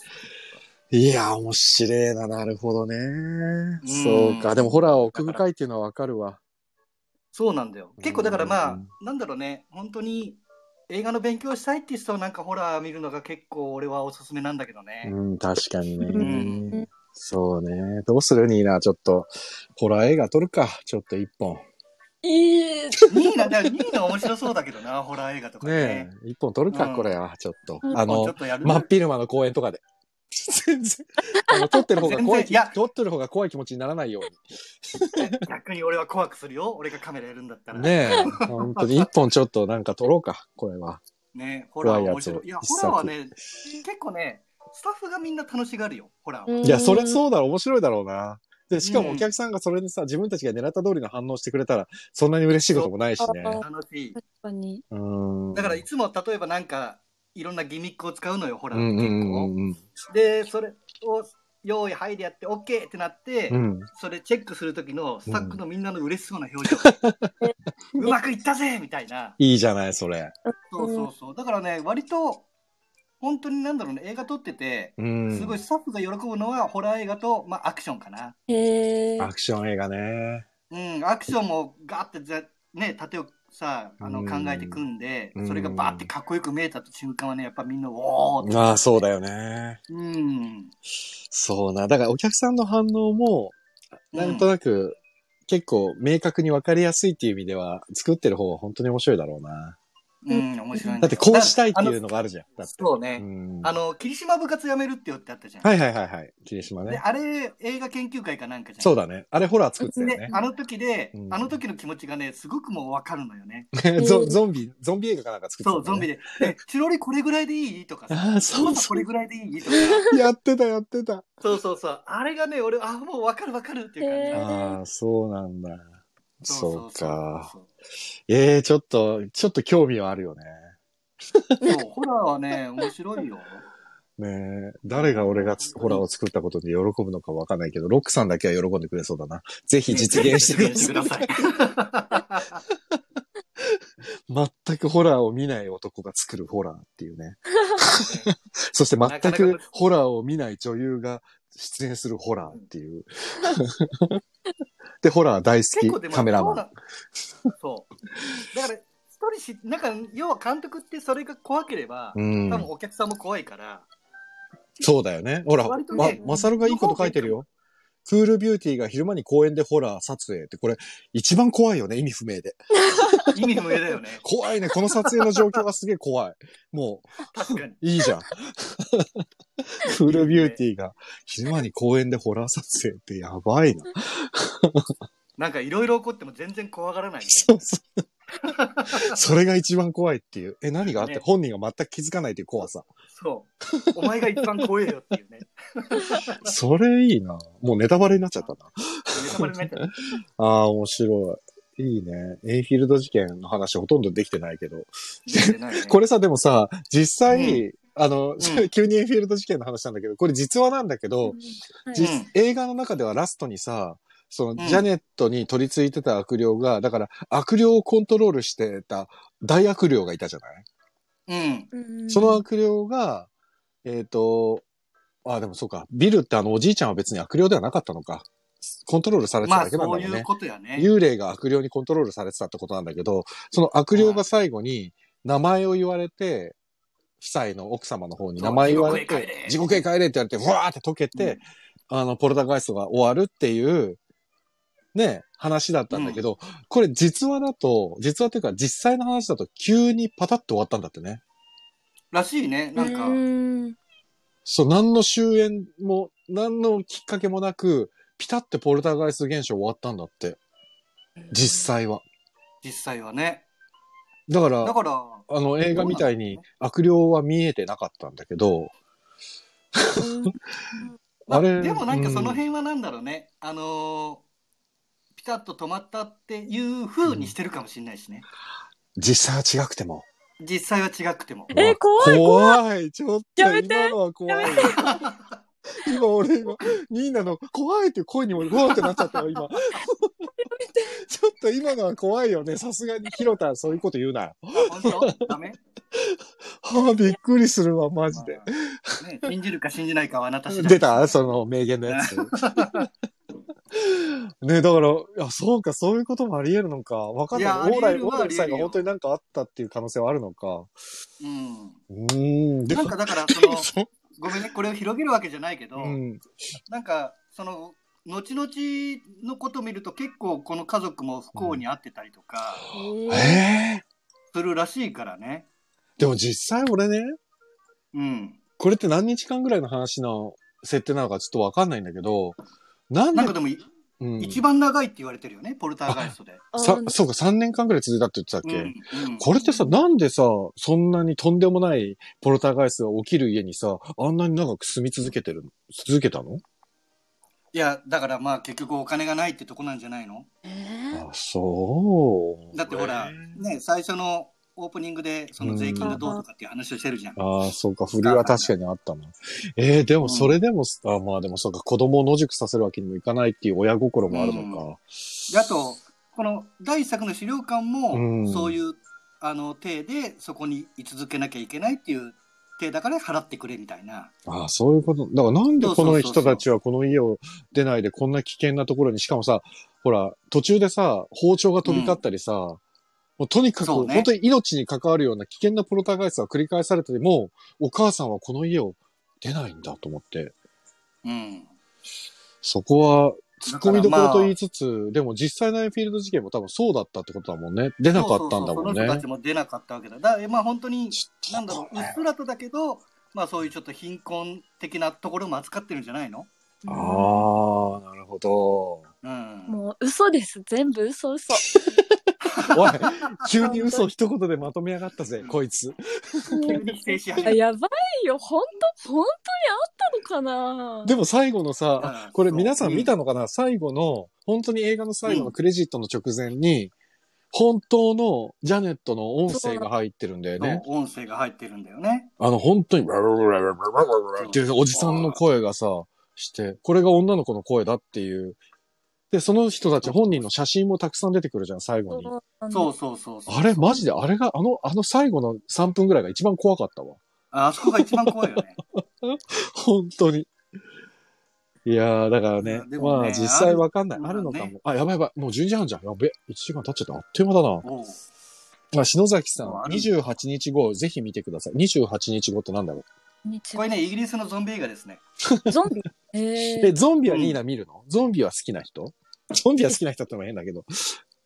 A: いや、面白いな、なるほどね。
B: ん
A: そうか。でもホラーを奥深いっていうのはわかるわ。
B: そうなんだよ。結構だからまあ、
A: うん
B: なんだろうね、本当に映画の勉強したいって人はなんかホラー見るのが結構俺はおすすめなんだけどね。
A: うん、確かにね。
B: うん
A: そうね。どうするニーナ、ちょっと、ホラー映画撮るか。ちょっと一本。
D: いい
B: ニーナ、だからニーナ面白そうだけどな、ホラー映画とか
A: ね
B: ね。
A: え、一本撮るか、
B: うん
A: これは。ちょっと。
D: うん
A: あ
B: もうちょ
A: の
B: っ、とやる
A: 真っ昼間の公園とかで。全然。あの撮ってる方が怖い
B: 全然いや
A: 撮ってる方が怖い気持ちにならないよう
B: 逆に俺は怖くするよ。俺がカメラやるんだったら。
A: に。ねえ、本当に一本ちょっとなんか撮ろうか、これは。
B: ねホラーは面
A: 怖
B: 白
A: い
B: い。いや、
A: やつ
B: ホ
A: を
B: ラーはね、結構ね、スタッフがみんな楽しがるよ、ホラーは。
A: いや、そりゃ
D: う
A: そうだろう、面白いだろうな。で、しかも
B: うん
A: お客さんがそれでさ、自分たちが狙った通りの反応してくれたら、そんなに嬉しいこともないしね。
D: そう
B: 楽しい
D: ん。。確かに。
A: うん。
B: だからいつも例えばなんか、いろんなギミックを使うのよ、ホラ
A: う
B: ー
A: ん
B: っ
A: う
B: て結
A: ん
B: 構。
A: うん
B: で、それを、用意、はいでやって、OK ってなって、
A: うん。うん。
B: それチェックする時のスタッフのみんなの嬉しそうな 表情、うまくいったぜみたいない
A: いじゃない、それ。
B: そうそうそうだからね割と本当になんだろうね映画撮ってて
A: うん。
B: すごいスタッフが喜ぶのはホラー映画と、まあ、アクションかな
D: へえ。
A: アクション映画ね。
B: うんアクションもガーってぜね盾をさあ
A: う
B: の
A: ん
B: 考えて組んで
A: うん
B: それがバーってかっこよく見えた瞬間はねやっぱみんなおお
A: ああ、そうだよね。
B: うん
A: そうな。だからお客さんの反応も、なんとなく、結構明確に分かりやすいっていう意味では、作ってる方は本当に面白いだろうな。
B: うん面白いん
A: だってこうしたいっ
B: あ
A: てい
B: の
A: うのがあるじゃん。だって。
B: そうね、
A: うん
B: あの霧島部活やめるってよってあったじゃん、
A: はいはいはいはい。霧島
B: で
A: ね。
B: あれ映画研究会かなんかじゃん
A: そうだね。あれホラー作ってたよ
B: で
A: ね、。
B: あの時で、
A: うん
B: あの時の気持ちがね、すごくもうわかるのよね。
A: ゾゾンビ、ゾンビ映画かなんか作ってた
B: そ
A: ん
B: う、
A: だ
B: ゾンビ
A: ね、
B: で。え、チロリこれぐらいでいいとかさ。
A: ああ、そう
B: コー
A: そ
B: こ
A: う
B: れ。ぐらいでいいとか。
A: やってたやってた。
B: そうそうそう。あれがね、俺、あ、もうわかるわかるっていう感じだ
D: へー
A: ああ、そうなんだ。そうか。
B: そう
A: ええちょっと、ちょっと興味はあるよね。
B: そうそうそうホラーはね、面白いよ。
A: ねえ、誰が俺がつホラーを作ったことで喜ぶのかわかんないけど、ロックさんだけは喜んでくれそうだな。ぜひ 実現してください。
B: さ い。
A: 全くホラーを見ない男が作るホラーっていう ね。そして
B: なか
A: 全
B: な
A: く
B: か
A: ホラーを見ない女優が出演するホラーって いう。で、ホラー大
B: 結
A: 好
B: 構
A: き
B: でも、
A: カメラ
B: そ
A: マ
B: う
A: ン。
B: なそう。だから、ストーリーし、なんか、要は監督ってそれが怖ければ、
A: う
B: 多分
A: ん。
B: お客さんも怖いから、
A: そうだよね。ほら、
B: 割と
A: ま
B: ね、
A: マサルがいいこと書いてるよ。クールビューティーが昼間に公園でホラー撮影って、これ一番怖いよね、意味不明で。
B: 意味不明 だよね。
A: 怖いね。この撮影の状況がすげえ怖い。も
B: 確かに。
A: う、いい じゃん。フルビューティーが、昼間に公園でホラー撮影ってやばいな。
B: なんかいろいろ起こっても全然怖が らない。
A: そうそう。それが一番怖いっていう。え、何があって、
B: ね
A: 本人が全く気づかないという怖さ。
B: そう。お前が一番怖えよって いうね。
A: それいいな。もうネタバレになっちゃったな。
B: ネタバレになっちゃう
A: ああ、面白い。いいね。エイフィールド事件の話ほとんどできてないけど。
B: 見てないね
A: これさ、でもさ、実際、
B: う
A: あの、
B: う
A: 急にエイフィールド事件の話なんだけど、これ実話なんだけど、
D: はい
A: 実
B: うん
A: 映画の中ではラストにさ、その
B: うん
A: ジャネットに取り付いてた悪霊が、だから悪霊をコントロールしてた大悪霊がいたじゃない、
B: うん。
D: うん
A: その悪霊が、えっ、と、あ、でもそうか、ビルってあのおじいちゃんは別に悪霊ではなかったのか。コントロールされて
B: ま
A: た
B: あ
A: だけなんだ
B: そ
A: ろう
B: う
A: ね。
B: いうことやね。
A: 幽霊が悪霊にコントロールされてたってことなんだけど、その悪霊が最後に名前を言われて、夫妻の奥様の方に名前言われて、地
B: 地
A: 獄
B: 獄
A: へ帰れって言われて、ふわーって溶けて、あの、ポルターガイストが終わるっていう、ね、話だったんだけど、これ実話だと、実話っていうか実際の話だと急にパタッと終わったんだってね。
B: らしいね。なんか
D: う、ん
A: そう、何の終焉も、何のきっかけもなく、ピタッてポルターガイスト現象終わったんだって。実際は。
B: 実際はね。
A: だから、
B: だから、
A: あの映画みたいに
B: そうなんで
A: 悪霊は見えてなかったんだけど、
B: ま
A: あ
B: あ
A: れ
B: でもなんかその
A: うん
B: 辺はなんだろうね。あのー、ピタッと止まったっていう風にしてるかもしれないしね。
A: 実際は違くても。
B: 実際は違く ても。
A: う
D: え
A: わ
D: 怖い
A: 怖いちょっと
D: やめて
A: 今のは怖い。 今俺今、ニーナの怖いっていう声に俺、うわーってなっちゃったよ、今。ちょっと今のは怖いよね。さすがにヒロタ、そういうこと言うなよ。
B: あ本当ダメ
A: はあ、びっくりするわ、マジで。
B: まあね信じるか信じないかはあなた次第。
A: 出たその名言のやつ。ね、だから、いや、そうか、そういうこともあり得るのか。わかんない。
B: いやあり
A: オー
B: 得
A: ライ、
B: る
A: オ
B: は
A: ーライさんが
B: あり得るよ
A: 本当になんかあったっていう可能性はあるのか。
B: うん。
A: うーん、で
B: なんかだから、その、
A: そ
B: ごめんね、これを広げるわけじゃないけど、
A: うん。
B: なんか、その、後々のこと見ると結構この家族も不幸に遭ってたりとか
A: え
D: ええ
A: え
B: するらしいからね。
A: でも実際俺ね、
B: うん。
A: これって何日間ぐらいの話の設定なのかちょっとわかんないんだけど、なんで、
B: なんかでも、い
A: うん
B: 一番長いって言われてるよね、ポルターガイストで。
A: さそうか、3年間ぐらい続いたって言ってたっけ、
B: うんうん
A: これってさ、なんでさ、そんなにとんでもないポルターガイストが起きる家にさ、あんなに長く住み続けてるの続けたの
B: いや、だからまあ結局お金がないってとこなんじゃないの
D: えー
A: あ、そう。
B: だってほら、ね、最初のオープニングでその税金がどうとかっていう話をしてるじゃん。
A: ああ、そうか、振りは確かにあったな。ええでもそれでも、あまあでもそうか、子供を野宿させるわけにもいかないっていう親心もあるのか。
B: であと、この第一作の資料館
A: うん
B: も、そういう、あの、体でそこに居続けなきゃいけないっていう体だから払ってくれみたいな。
A: ああ、そういうこと。だからなんでこ
B: そうそ
A: の
B: うそう
A: 人
B: そう
A: たちはこの家を出ないでこんな危険なところに、しかもさ、ほら、途中でさ、包丁が飛び交ったりさ、もうとにかく、
B: そうね
A: 本当に命に関わるような危険なプロターガイストが繰り返されてても、お母さんはこの家を出ないんだと思って、
B: うん。
A: そこは突っ込みどころと言い
B: つ
A: つつ、でも実際のエンフィールド事件も多分そうだったってことだもんね。出なかったんだもん
B: その人
A: ね
B: た。ちも出なかったわけだ。だまあ本当に、
A: ちょ
B: な
A: っ
B: んだろ
A: と
B: う、うっすらとだけど、まあそういうちょっと貧困的なところも扱ってるんじゃないの
A: ああ、なるほど。
B: うん。
D: もう嘘です全部嘘嘘
A: おい、急に嘘一言でまとめやがったぜ、こいつ。
B: 急に否定し始めた
D: やばいよ本当本当にあったのかな
A: でも最後のさ、
B: う ん
A: これ
B: そう
A: 皆さん見たのかな、最後の、本当に映画の最後のクレジットの直前に、本当のジャネットの音声が入ってるんだよ
B: そう
A: ね。
B: 音声が入ってるんだよね。
A: あの、本当に、ララララララララっていうおじさんの声がさ、して、これが女の子の声だっていう。で、その人たち本人の写真もたくさん出てくるじゃん、最後に。
B: そうそうそうそう。
A: あれ、マジであれが、あの、あの最後の3分ぐらいが一番怖かったわ。
B: ああそこが一番怖いよね。
A: 本当に。いやー、だから
B: い
A: ね
B: や、でも
A: ま
B: ね
A: あ実際わかんない。
B: ある
A: あるのかも。
B: まあね
A: あ、やばいやばい。もう12時半じゃん。やべ。1時間経っちゃった。あっという間だな。
B: おう
A: まあ、篠崎さん
B: そう、ある
A: 28日後、ぜひ見てください。28日後ってなんだろう。
B: これね、イギリスのゾンビ映画ですね。
D: ゾン ビえ
A: え、ゾンビはリーナ見るの、ゾンビは好きな人ゾンビは好きな人ってのも変だけど。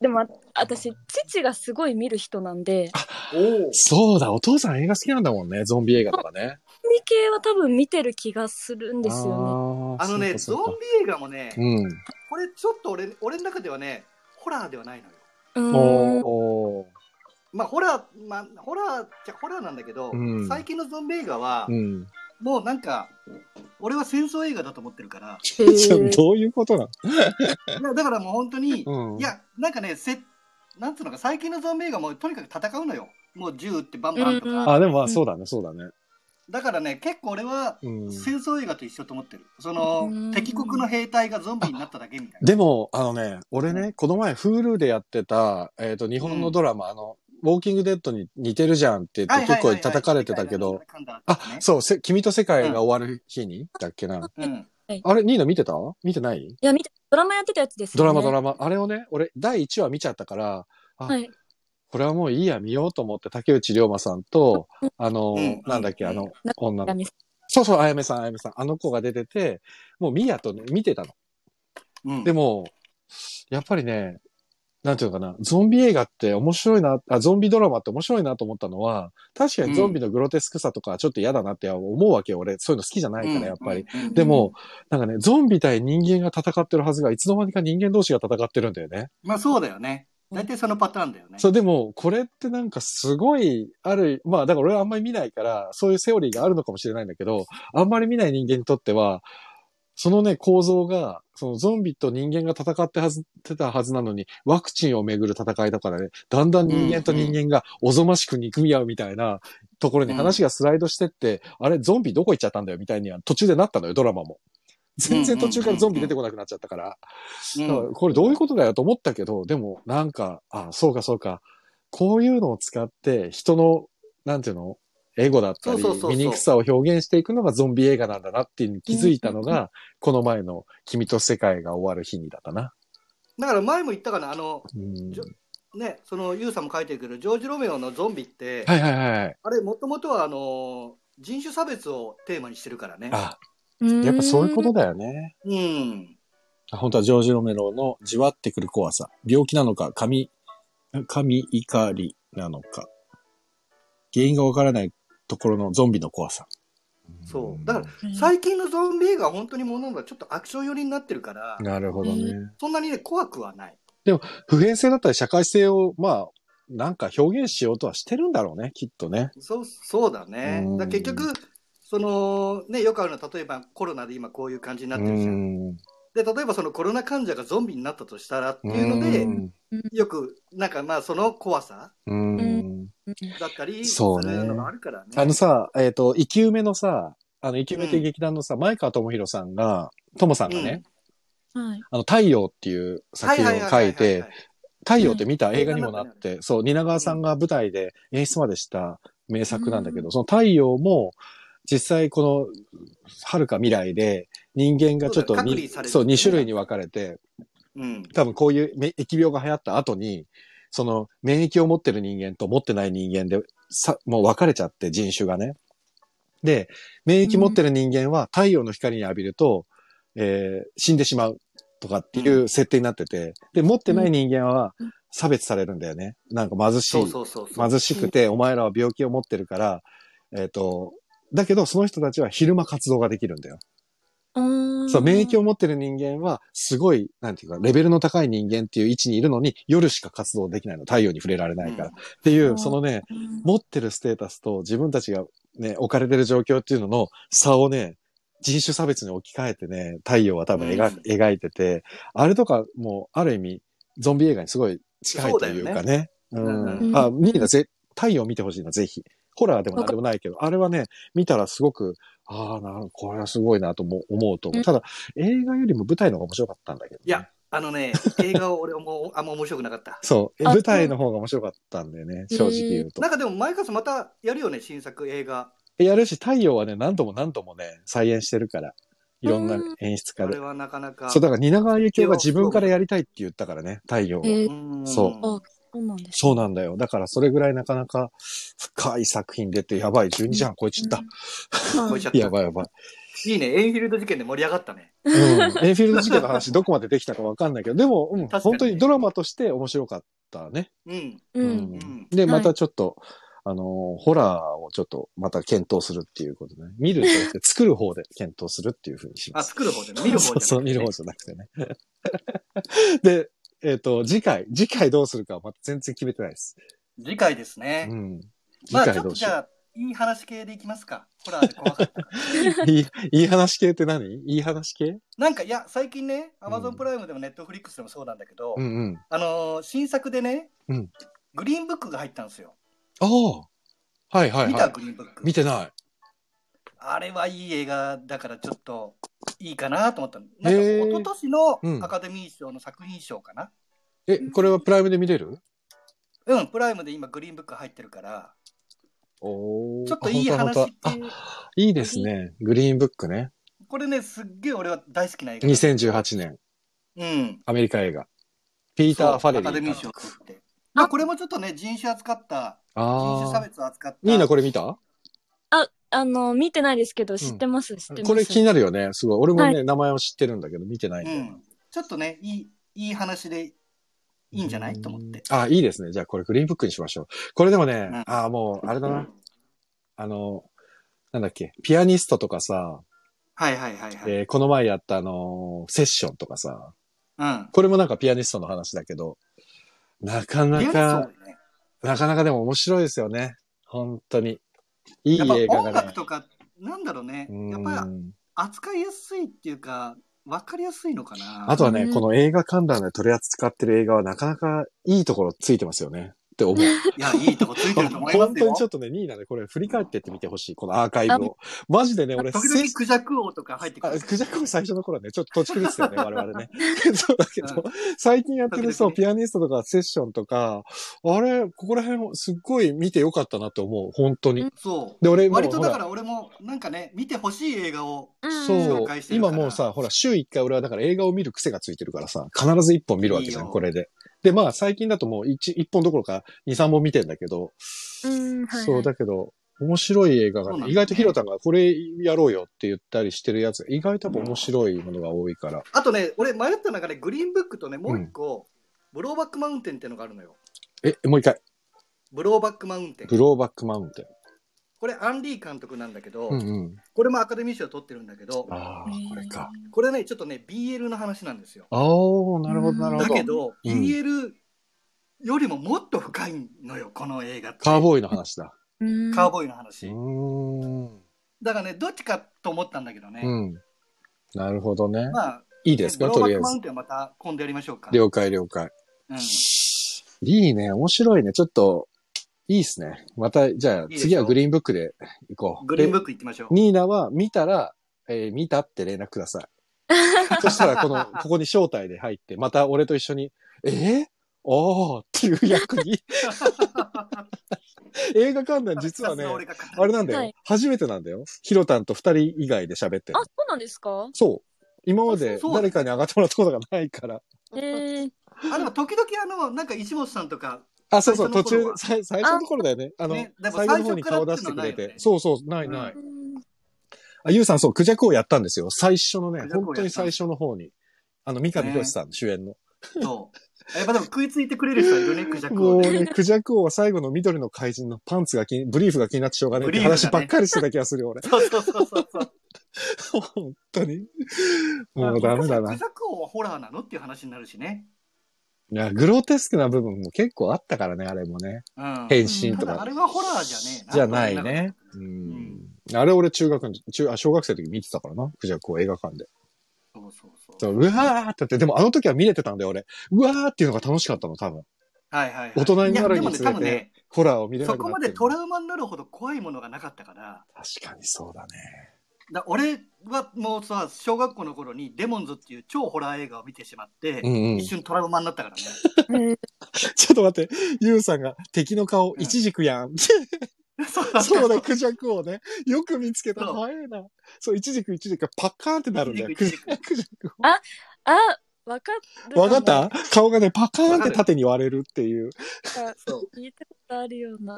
D: でもあ私父がすごい見る人なんで
B: お
A: そうだ、お父さん映画好きなんだもんね。ゾンビ映画とかね。
D: ゾンビ系は多分見てる気がするんですよね
A: よ
B: あのね、ゾ
A: そうか
B: ンビ映画もね、
A: そうか
B: これちょっと俺俺の中ではね、ホラーではないのよ。
D: う
A: うん。
D: ーん
A: おー。
B: まあ、ホラー、まあ、ホラーっちゃホラーなんだけど、
A: うん
B: 最近のゾンビ映画は、
A: うん。
B: もうなんか、俺は戦争映画だと思ってるから、
D: へ
A: じゃあ
D: ー
A: どういうことない
B: やだからもう本当に、
A: のうん。
B: い、や、なんかね、せなんつうのか、最近のゾンビ映画もとにかく戦うのよ。もう銃ってバンバンとか。
D: うんうん
A: あ、でもまあそうだね、そうだね。
B: だからね、結構俺は
A: うん。
B: 戦争映画と一緒と思ってる。その
D: うん、
B: 敵国の兵隊がゾンビになっただけみたいな。
A: でも、あのね、俺ね、この前、Hulu でやってた、えっ、と、日本のドラマ、あの、ウォーキングデッドに似てるじゃんって言って、結構叩かれてたけど、あ、そう、せ君と世界が終わる日に、だっけな。
B: う。うん。
A: あれ、ニーナ見てた見てない
D: いや見てドラマやってたやつです
A: ド
D: よ
A: ラ
D: ね
A: マ、ドラマ。あれをね、俺、第1話見ちゃったから、マ
D: はい
A: これはもういいや、見ようと思って、竹内涼真さんと、あの、
B: うん
A: なんだっけ、あの、女
D: や
A: の
D: み
A: そうそう、あやめさん、あやめさん。あの子が出てて、もうミヤとね、見てたの。
B: うん、
A: でも、やっぱりね、なんていうのかな、ゾンビ映画って面白いな、あ、ゾンビドラマって面白いなと思ったのは、確かにゾンビのグロテスクさとかちょっと嫌だなって思うわけよ、俺。そういうの好きじゃないから、やっぱり。
B: うん。うん
A: でも、なんかね、ゾンビ対人間が戦ってるはずが、いつの間にか人間同士が戦ってるんだよね。
B: まあそうだよね。大体そのパターンだよね。
A: そう、でも、これってなんかすごい、ある、まあ、だから俺はあんまり見ないから、そういうセオリーがあるのかもしれないんだけど、あんまり見ない人間にとっては、そのね、構造が、そのゾンビと人間が戦ってはず、てたはずなのに、ワクチンをめぐる戦いだからね、だんだん人間と人間がおぞましく憎み合うみたいなところに話がスライドしてって、あれ、ゾンビどこ行っちゃったんだよみたいには途中でなったのよ、ドラマも。全然途中からゾンビ出てこなくなっちゃったから。
B: うん
A: だからこれどういうことだよと思ったけど、でもなんか、あ、そうかそうか。こういうのを使って人の、なんていうのエゴだったり
B: そうそうそうそう
A: 醜さを表現していくのがゾンビ映画なんだなっていうのに気づいたのが、この前の「君と世界が終わる日に」だったな。
B: だから前も言ったかなあの
A: うん
B: じょねそのユウさんも書いてるけどジョージ・ロメオのゾンビって、
A: はいはいはいはい。
B: あれもともとはあの人種差別をテーマにしてるからね
A: あ、
D: うん
A: やっぱそういうことだよね。
B: うん
A: 本当はジョージ・ロメロのじわってくる怖さ。病気なのか、神、神怒りなのか。原因がわからないところのゾンビの怖さ。
B: そうだから
D: うん
B: 最近のゾンビ映画は本当にものがちょっとアクション寄りになってるから、
A: なるほ
D: どね
B: そんなにね怖くはない
A: 普遍性だったり社会性を、まあ、なんか表現しようとはしてるんだろうね、きっとね。
B: そうそうだね
A: うん
B: だから結局そのねよくあるのは例えばコロナで今こういう感じになってるじゃん
A: ん。
B: で例えばそのコロナ患者がゾンビになったとしたらって
A: う
B: いうので
A: ん
B: よくなんかまあその怖さ
A: うん。
B: だったりす
A: そうね
B: るのがあるからね
A: あのさ、えっ、と、生き埋めのさ、あの、生き埋めっていう劇団のさ、前川智弘さんが、智さんがね、
D: はい。
A: あの、太陽っていう作品を書いて、太陽って見た映画にもなって、そう、蜷川さんが舞台で演出までした名作なんだけど、
D: う
A: その太陽も、実際この、遥か未来で、人間がちょっと
B: そうだ
A: に
B: 隔離されてる
A: そう、2種類に分かれて、
B: うん
A: 多分こういうめ疫病が流行った後に、その免疫を持ってる人間と持ってない人間で、さ、もう分かれちゃって人種がね。で、免疫持ってる人間は太陽の光に浴びると、えー死んでしまうとかっていう設定になってて、で、持ってない人間は
D: うん
A: 差別されるんだよね。なんか貧し
B: そう
A: い
B: そうそうそう
A: 貧しくて、お前らは病気を持ってるから、えっ、と、だけどその人たちは昼間活動ができるんだよ。そう、免疫
D: を。
A: を持ってる人間は、すごい、なんていうか、レベルの高い人間っていう位置にいるのに、夜しか活動できないの。太陽に触れられないから。
B: う
A: っ
B: ん
A: ていうう、
D: ん
A: そのね、持ってるステータスと自分たちがね、置かれてる状況っていうのの差をね、人種差別に置き換えてね、太陽は多分描,、
B: うん
A: 描いてて、あれとかもう、ある意味、ゾンビ映画にすごい近いというかね。う
B: うだよね
D: うん
A: ん。あ、ミーナぜ、太陽見てほしいな、ぜひ。ホラーでもなんでもないけど、あれはね、見たらすごく、ああ、なるほど、これはすごいなとも思うと思う。ただ、映画よりも舞台の方が面白かったんだけどね、
B: いやあのね映画を俺も あんま面白くなかった
A: そう。え
D: あ
A: 舞台の方が面白かったんだよね、正直言うと
B: なん。かでも前川さんまたやるよね新作映画
A: やるし、太陽はね、何度も何度もね、再演してるから。いろんな
D: うん
A: 演出
B: あ
A: 家で
B: れ。はなかなか
A: そう、だから、蜷川幸雄が自分からやりたいって言ったからね、太陽を
D: えー、
B: うん
A: そう
D: あそうなんです。
A: そうなんだよ。だから、それぐらいなかなか深い作品出て、やばい、12時半超えちゃった。
B: こ
D: は
B: れ
D: い
B: ちょっと
A: やばいやばい。
B: いいねエインフィールド事件で盛り上がったね
A: うん。エンフィールド事件の話、どこまでできたかわかんないけど、でも、うん、
B: 確かに
A: 本
B: ね
A: 当にドラマとして面白かったね。
B: うん
D: う。
A: うん
B: ん
A: で、
D: はい
A: またちょっと、あのー、ホラーをちょっとまた検討するっていうことね。見るじゃなくて、作る方で検討するっていうふうにしま
B: あ
A: す。
B: 作る方でね見る方じゃ
A: そうそう、見る方
B: 方
A: じゃなくてね。 で、えっ、と、次回、次回どうするかはまた全然決めてないです。
B: 次回です
A: う
B: ね
A: ん。次
B: まあち
A: 回
B: ょ
A: ど
B: っと
A: うし
B: じ
A: よう。
B: ゃあいい話系でいきますかホラーで怖かったから
A: いい、いい話系って何いい話系
B: なんかいや最近ねアマ
A: う
B: ゾン
A: ん
B: プライムでもネットフリックスでもそうなんだけど、
A: うんうん。
B: あのー新作でね、
A: うん
B: グリーンブックが入ったんですよ
A: ああ。はいはいはい。
B: 見たグリーンブック
A: 見てない。
B: あれはいい映画だからちょっといいかなと思ったのなんか
A: へー
B: 一昨年の
A: うん
B: アカデミー賞の作品賞かな
A: え、これはプライムで見れる
B: うん、プライムで今グリーンブック入ってるから
A: お
B: ちょっといい話系
A: あ、いいですね。グリーンブックね。
B: これねすっげえ俺は大好きな映画
A: 2018年、
B: うん
A: アメリカ映画。ピーター・ファレ
B: ア
A: リー
B: カデミー
A: か
B: 賞取ってまあこれもちょっとね人種扱った
A: な。
B: 人種
A: あ
B: 差
A: あ。
B: 別を扱った
A: ニーナこれ見た
D: あ、あの、見てないですけど、知ってます、知ってます。
A: これ気になるよね。すごい。俺もね、
D: は
A: 名前を知ってるんだけど、見てないんだよ
B: う
A: な、
B: ん、ちょっとねいいいい話でいいんじゃな
A: う
B: いと思って。
A: あ、いいですね。じゃあこれグリーンブックにしましょう。これでもね、
B: うん
A: あもう、あれだな。あの、なんだっけ、ピアニストとかさ、
B: はいはいはいはい、
A: えーこの前やったあのーセッションとかさ、
B: うん
A: これもなんかピアニストの話だけど、なかな
B: リアル
A: か
B: そう、だね
A: なかなかでも面白いですよね。本当に。いい
B: やっぱ
A: 映画
B: 音
A: だね
B: 楽。とかなんだろうね
A: うん
B: やっぱ扱いやすいっていうか分かりやすいのかな
A: あとはね、
D: うん
A: この映画観覧で取り扱ってる映画はなかなかいいところついてますよね。って思う。
B: いや、いいとこついてると思いま
A: 本
B: す
A: 当
B: よ
A: に。ちょっとね、ニーナね、これ振り返ってってみてほしい。このアーカイブを。マジでね、俺、
B: 時々クジャク王とか入ってく
A: あ
B: る。
A: クジャクも最初の頃はね、ちょっと土地狂ってたよ ね、我々ね。そうだけど
B: う、
A: 最近やってる、そう、
B: 時
A: ピアニストとかセッションとか、あれ、ここら辺、すっごい見てよかったなと思う、本当に。
B: そう。
A: で、俺もう、
B: 割とだ
A: ほ、
B: からら俺もなんかね、見てほしい映画を。
A: そう
B: 紹介し、てるか
A: 今
B: ら
A: もうさ、ほら、週1回俺はだから映画を見る癖がついてるからさ、必ず1本見るわけじゃ
B: い
A: ん、
B: いよ
A: これで。で、まあ、最近だともう 1, 1本どころか2、3本見てんだけど、
F: うん、はい。
A: そう、だけど、面白い映画
B: そ
A: が
B: う
A: ね、
B: なんだ
A: 意外とヒロタンがこれやろうよって言ったりしてるやつ、意外とやっぱ面白いものが多いから。
B: あとね、俺迷った中でグリーンブックとね、もう一個、ブローバックマウンテンっていうのがあるのよ。
A: え、もう一回。
B: ブローバックマウンテン。
A: ブローバックマウンテン。
B: これアンリー監督なんだけど、
A: うんうん。
B: これもアカデミー賞を取ってるんだけど、
A: ああ、これか。
B: これね、ちょっとね、BL の話なんですよ。
A: ああ、なるほど、なる
B: だ
A: ほ
B: け
A: ど。
B: ど、
A: うん
B: BL よりももっと深いのよ、この映画って。
A: カーボーイの話だ。
F: うん。
B: カーボーイの話。
A: うーん。
B: だからね、どっちかと思ったんだけどね。
A: うん。なるほどね。
B: まあ、
A: いいですか、
B: ブロー
A: と
B: バ
A: り
B: ッ
A: あえ
B: クマウ
A: ず
B: ン。テンはまた今度やりましょうか。
A: 了解、了解。
B: うん、
A: いいね、面白いね。ちょっと、いいっすね。また、じゃあ、
B: でしょ
A: 次はグリーンブックで行こう。
B: グリーンブ
A: ッ
B: ック行きましょう。
A: ニーナは見たら、えー見たって連絡ください。そしたら、この、ここに招待で入って、また俺と一緒に、えー、ああっていう役 に、映画観覧実はね、
B: さすが俺が語る
A: あれなんだよ。
F: はい
A: 初めてなんだよ。ヒロタンと二人以外で喋ってる
F: あ、。そうなんですか
A: そう。今まで
B: あそう
A: 誰かに上がってもらったことがないから。
F: ええ。
B: あの時々あのなんか石本さんとか
A: あ、そうそう、途
B: 最初
A: 中
B: の頃、は
A: 最最初の頃だよね。あの、
B: ねでも
A: 最後の方に顔出してく
B: 最初から
A: れ
B: ってい
A: て。
B: うのはないよね
A: そうそう、ないない。
F: うん
A: あ、ゆうさん、そう、クジャクをやったんですよ。最初のね
B: ク、ジャクをやった
A: 本当に最初の方に。あの、三上博史さん主演の。
B: そう やっぱでも食いついてくれる人はいるねクジャク
A: も
B: を
A: う
B: ね
A: ね、クジャク王は最後の緑の怪人のパンツが気に、ブリーフが気になってしょうがねえって
B: ブリーフ
A: 話
B: が
A: ばっ
B: ね
A: かりしてた気がする よ、俺。
B: そうそうそうそうそう
A: 本当に。もうダメだな。
B: ク
A: い
B: ジャク王はホラーなのっていう話になるしね、
A: や、グロテスクな部分も結構あったからね、あれもね。
B: うん、
A: 変身
B: た
A: と
B: だあ
A: か。
B: れはホラーじゃねえな
A: じゃないね。うん。あれ俺中学の、中、あ、小学生の時見てたからな。クジャク王映画館で。
B: そうそう
A: そ
B: そう
A: ううわーってって、でもあの時は見れてたんだよ、俺。うわーっていうのが楽しかったの、多分。
B: はいはい、はい、
A: 大人になる
B: いやでも
A: に
B: ね
A: つ
B: 多
A: れ
B: 分
A: て、
B: ね
A: ホラーを見れなく
B: そ
A: な
B: こ
A: っ
B: ま
A: て
B: で
A: る
B: トラウマになるほど怖いものがなかったから
A: 確かにそうだね。
B: だ俺はもうさ小学校の頃に「デモンズ」っていう超ホラー映画を見てしまって、
A: うんうん。
B: 一
A: ちょ
B: 瞬トラウマになったからね
A: っと待って、ゆうさんが敵の顔、
B: うん
A: イチジクやん。
B: そうだ
A: そうだ、クジャクをね、よく見つけた。
B: そう
A: 早いな。そう、イチジク、イチジクがパッカーンってなるんだよ。
B: イ
A: ク
B: チ
A: ジ
B: ジクイチジ
A: ャクを。
D: あ、わかったも。
A: わかった顔がね、パカーンっ
B: わか
A: て
B: る
A: 縦に割れるっていう。
D: なんか
B: そう
D: 聞いたことあるような。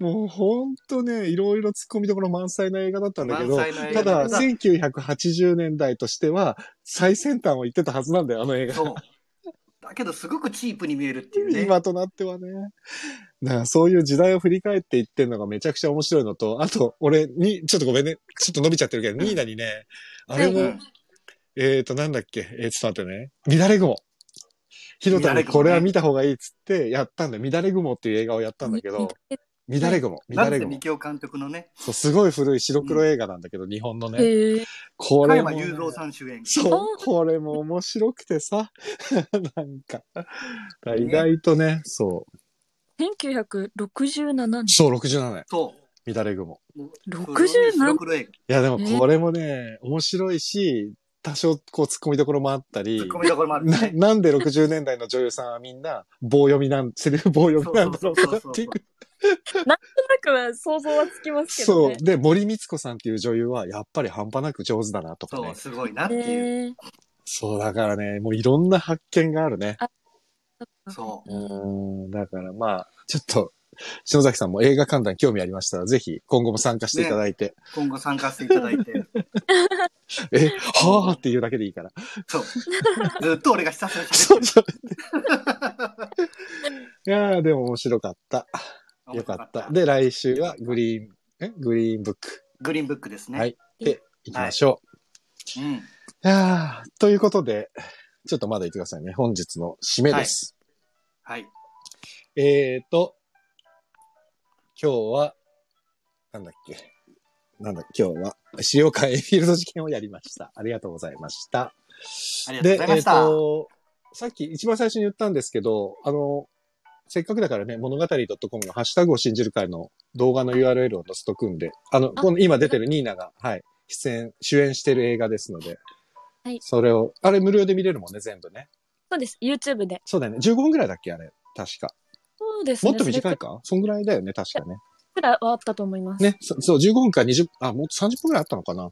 A: もうほんとね、いろいろ突っ込みどころ満載な映画だったんだけど、
B: 満載の映
A: た
B: 画
A: だ、
B: だ
A: 1980年代としては、最先端を言ってたはずなんだよ、あの映画。
B: そう。だけど、すごくチープに見えるっていうね。
A: 今となってはね。だからそういう時代を振り返っていってんのがめちゃくちゃ面白いのと、あと、俺に、ちょっとごめんね、ちょっと伸びちゃってるけど、ニーナにね、あれ
B: う
A: も
B: ん、
A: えっと、なんだっけ、えーちょっと待ってね、乱れ雲。ひろた
B: 乱れ
A: に
B: 雲ね
A: これは見た方がいいっつって、やったんだよ。乱れ雲っていう映画をやったんだけど、乱れ雲、
B: な
A: 乱
B: ん
A: れ
B: せ
A: 雲
B: 三。京監督のね、
A: そう、すごい古い白黒映画なんだけど、日本のね。
F: へえ。
A: こ
B: 加
A: れ
B: 山
A: もね、
B: 雄三さん主演。
A: そう、これも面白くてさ、 なんか、意外とね、そう、
F: 1967年。
A: そう67年。
B: そ
A: 乱れ雲。
B: う。
F: 60なん
B: 白黒映
A: いや、でもこれもね、面白いし、多少こう突っ込みどころもあった
B: 画。
A: り
B: ツッ、コミどころもあるし
A: な
B: ね。
A: なんで60年代の女優さんはみんな棒読みなん、セリフ棒読みなんだろうかっていう。
D: なんかは想像はつきますけど
A: そう
D: ね。。
A: で、森光子さんっていう女優はやっぱり半端なく上手だなとか
B: そう、
A: ね。
B: すごいなっていう。
F: ええ。
A: そう、だからね、もういろんな発見があるね。
B: そう
A: ーん、だからまあ、ちょっと、篠崎さんも映画観覧興味ありましたら、ぜひ今後も参加していただいて、
B: う。今後参加していただい て。
A: え、はーっていうだけでいい から。
B: そう。ずっと俺がひたすら喋
A: そ
B: っ
A: う
B: て
A: そう。いやー、でも面白かった。
B: る。
A: よかった。で、来週はグリーン、えグリーンブック
B: グリーンブックですね。
A: はいで行きましょ
B: うん。
A: う。い、やー、ということで、ちょっとまだ言ってくださいね。本日の締めです。
B: はい。
A: えーと、今日は、なんだっけ。なんだ、今日は、塩川エイフィールド事件をやりました。ありがとうございました。
B: ありがとう
A: で
B: ござ、
A: え
B: いま
A: っ、
B: した。
A: と、さっき一番最初に言ったんですけど、あの、せっかくだからね、物語 .com のハッシュタグを信じる会の動画の URL を載せとくんで、あの、
F: あ
A: この今出てるニーナが、はい、出演、主演してる映画ですので、
F: はい
A: それを、あれ無料で見れるもんね、全部ね。
F: そうです。YouTube で。
A: そうだよね。15分ぐらいだっけ、あれ。確か。
F: そうですね。
A: もっと短い
F: それ
A: かそんぐらいだよね、確かね。
F: くらいはあったと思います。
A: ね、そそう、15分か20、あ、もっと30分ぐらいあったのかない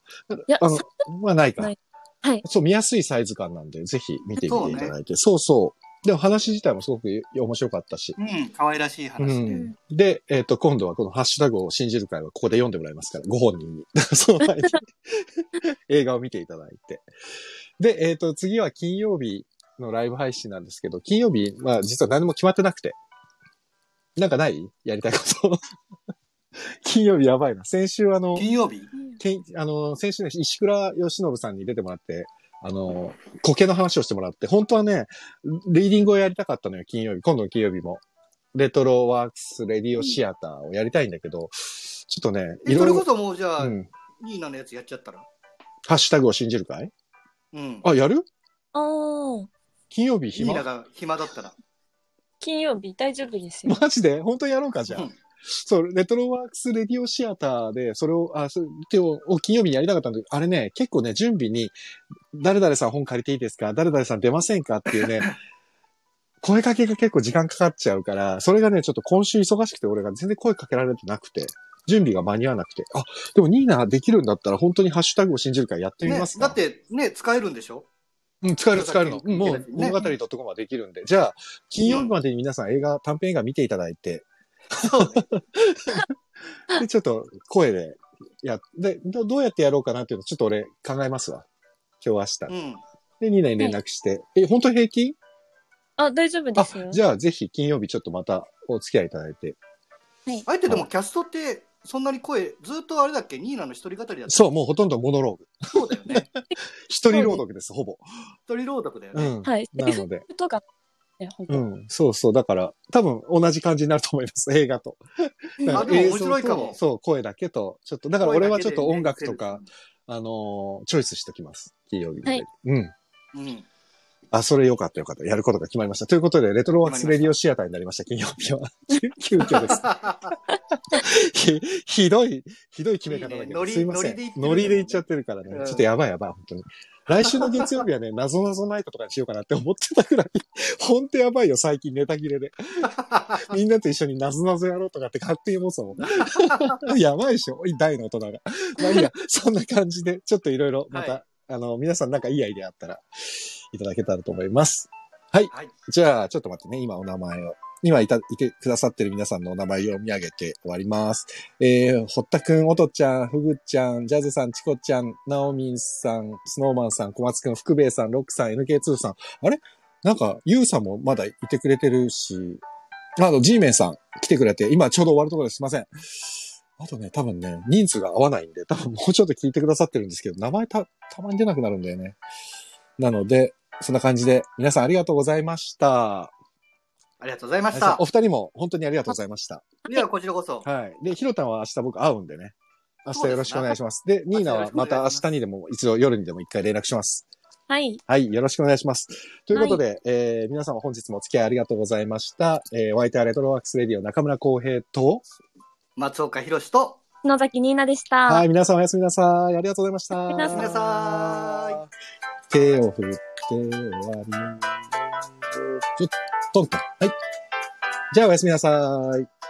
F: や
A: あの
F: さ、
A: はないか。
F: ないはい。
A: そう、見やすいサイズ感なんで、ぜひ見てみていただいて。そう,、そうでも話自体もすごく面白かったし。
B: うん、可愛らしい話で。
A: うんで、えっ、と、今度はこのハッシュタグを信じる会はここで読んでもらいますから、ご本人に。 その前に映画を見ていただいて。で、えっ、と、次は金曜日のライブ配信なんですけど、金曜日、まあ実は何も決まってなくて。なんかないやりたいこと。 金曜日やばいな。先週あの、
B: 金曜日
A: けんあの、先週ね、石倉由伸さんに出てもらって、あの、苔の話をしてもらって、本当はね、リーディングをやりたかったのよ、金曜日、今度の金曜日も。レトロワークス、レディオシアターをやりたいんだけど、ちょっとね、
B: え
A: い
B: そ
A: ろい
B: れこ
A: ろ、
B: そもうじゃあ、
A: うん、
B: ニーナのやつやっちゃったら。
A: ハッシュタグを信じるかい
B: うん。
A: あ、やる
F: ああ。
A: 金曜日
B: ニーナ
A: 暇
B: が暇だったら。
D: 金曜日大丈夫ですよ。
A: マジで本当にやろうか、じゃあ。
B: うん
A: そう、レトロワークスレディオシアターで、それを、あ、そう、手を、を金曜日にやりたかったんだけど、あれね、結構ね、準備に、誰々さん本借りていいですか誰々さん出ませんかっていうね、 声かけが結構時間かかっちゃうから、それがね、ちょっと今週忙しくて、俺が全然声かけられてなくて、準備が間に合わなくて。あ、でもニーナできるんだったら本当にハッシュタグを信じるからやってみ
B: ね
A: ます、か、
B: だって、ね、使えるんでしょ
A: うん、使える使えるの。
B: うん
A: もう
B: ね
A: 物語のとこまでできるんで。じゃあ、金曜日までに皆さん映画、短編映画見ていただいて、
B: そうね。
A: で、ちょっと声でやっ、で、どどうやってやろうかなっていうのちょっと俺考えますわ。今日明
B: う
A: 日。
B: ん。
A: で、ニーナに連絡して。え、本当に平気
F: あ、大丈夫で
A: あ
F: すよ。、
A: じゃあぜひ金曜日ちょっとまたお付き合いいただいて。
B: あえてでもキャストって、そんなに声、ずっとあれだっけニーナの一人語りだった
A: そう、もうほとんどモノローグ。
B: そうだよね。
A: 一人朗読です、ほぼ。
B: 一人朗読だよ
A: う
B: ね。
A: ん。
F: はい。
A: なので。
F: とか、ね、本当、
A: うん。そうそう。だから、多分同じ感じになると思います、映画と。だ
B: あ、
A: ら
B: でも面
A: 映像
B: 白いか
A: と
B: も。
A: そう、声だけと、ちょっと、だから俺はちょっと音楽とか、
B: 声だ
A: あのーチョイスしてきます。金曜日までに
F: は
A: うん。
B: けでね。うん。
A: あ、それよかったよかった。やることが決まりました。ということで、レトロワークスレディオシアターになりました、金曜日は。急急遽 です。ひ、ひどい、ひどい決め方だ
B: いい
A: け
B: ね
A: ど、
B: ノリ
A: すいません
B: ノリで言って。る
A: ノリで行っちゃってるから
B: う
A: ね。
B: ん
A: ちょっとやばいやばい、本当に。来週の月曜日はね、 なぞなぞナイトとかにしようかなって思ってたくらい、ほんとやばいよ、最近ネタ切れで。 みんなと一緒になぞなぞやろうとかって勝手に思ってたも ん。やばいでしょ、大の大人が。まあいいや、そんな感じで、ちょっといろいろまた、
B: はい
A: あの、皆さんなんかいいアイデアあったら、いただけたらと思います。はい。
B: はい
A: じゃあ、ちょっと待ってね、今お名前を。今いた、いてくださってる皆さんのお名前を読み上げて終わります。えー、堀田くん、おとちゃん、ふぐちゃん、ジャズさん、チコちゃん、なおみんさん、スノーマンさん、小松くん、福兵衛さん、ロックさん、NK2 さん。あれなんか、ゆうさんもまだいてくれてるし、あの、G メンさん来てくれて、今ちょうど終わるところです。すいません。あとね、多分ね、人数が合わないんで、多分もうちょっと聞いてくださってるんですけど、名前た、たまに出なくなるんだよね。なので、そんな感じで、皆さんありがとうございました。
B: ありがとうございました
A: お。二人も本当にありがとうございました。
B: では、こちらこそ。
A: はい。で、ひろたんは明日僕会うんでね。明日
B: そうですね
A: よろしくお願いします。で、ニーナはまた明日にでも一度夜にでも一回連絡します。
F: はい。
A: はい。よろしくお願いします。ということで、えー、皆様本日もお付き合いありがとうございました。えー、ワイターレトロワークスレディオ中村浩平と、
B: 松岡弘と、
F: 野崎ニーナでした。
A: はい。皆さんおやすみなさい。ありがとうございました。お
F: や
B: おやすみなさーい。
A: 手を振って終わり。ちょっと、トントン。はい。じゃあおやすみなさい。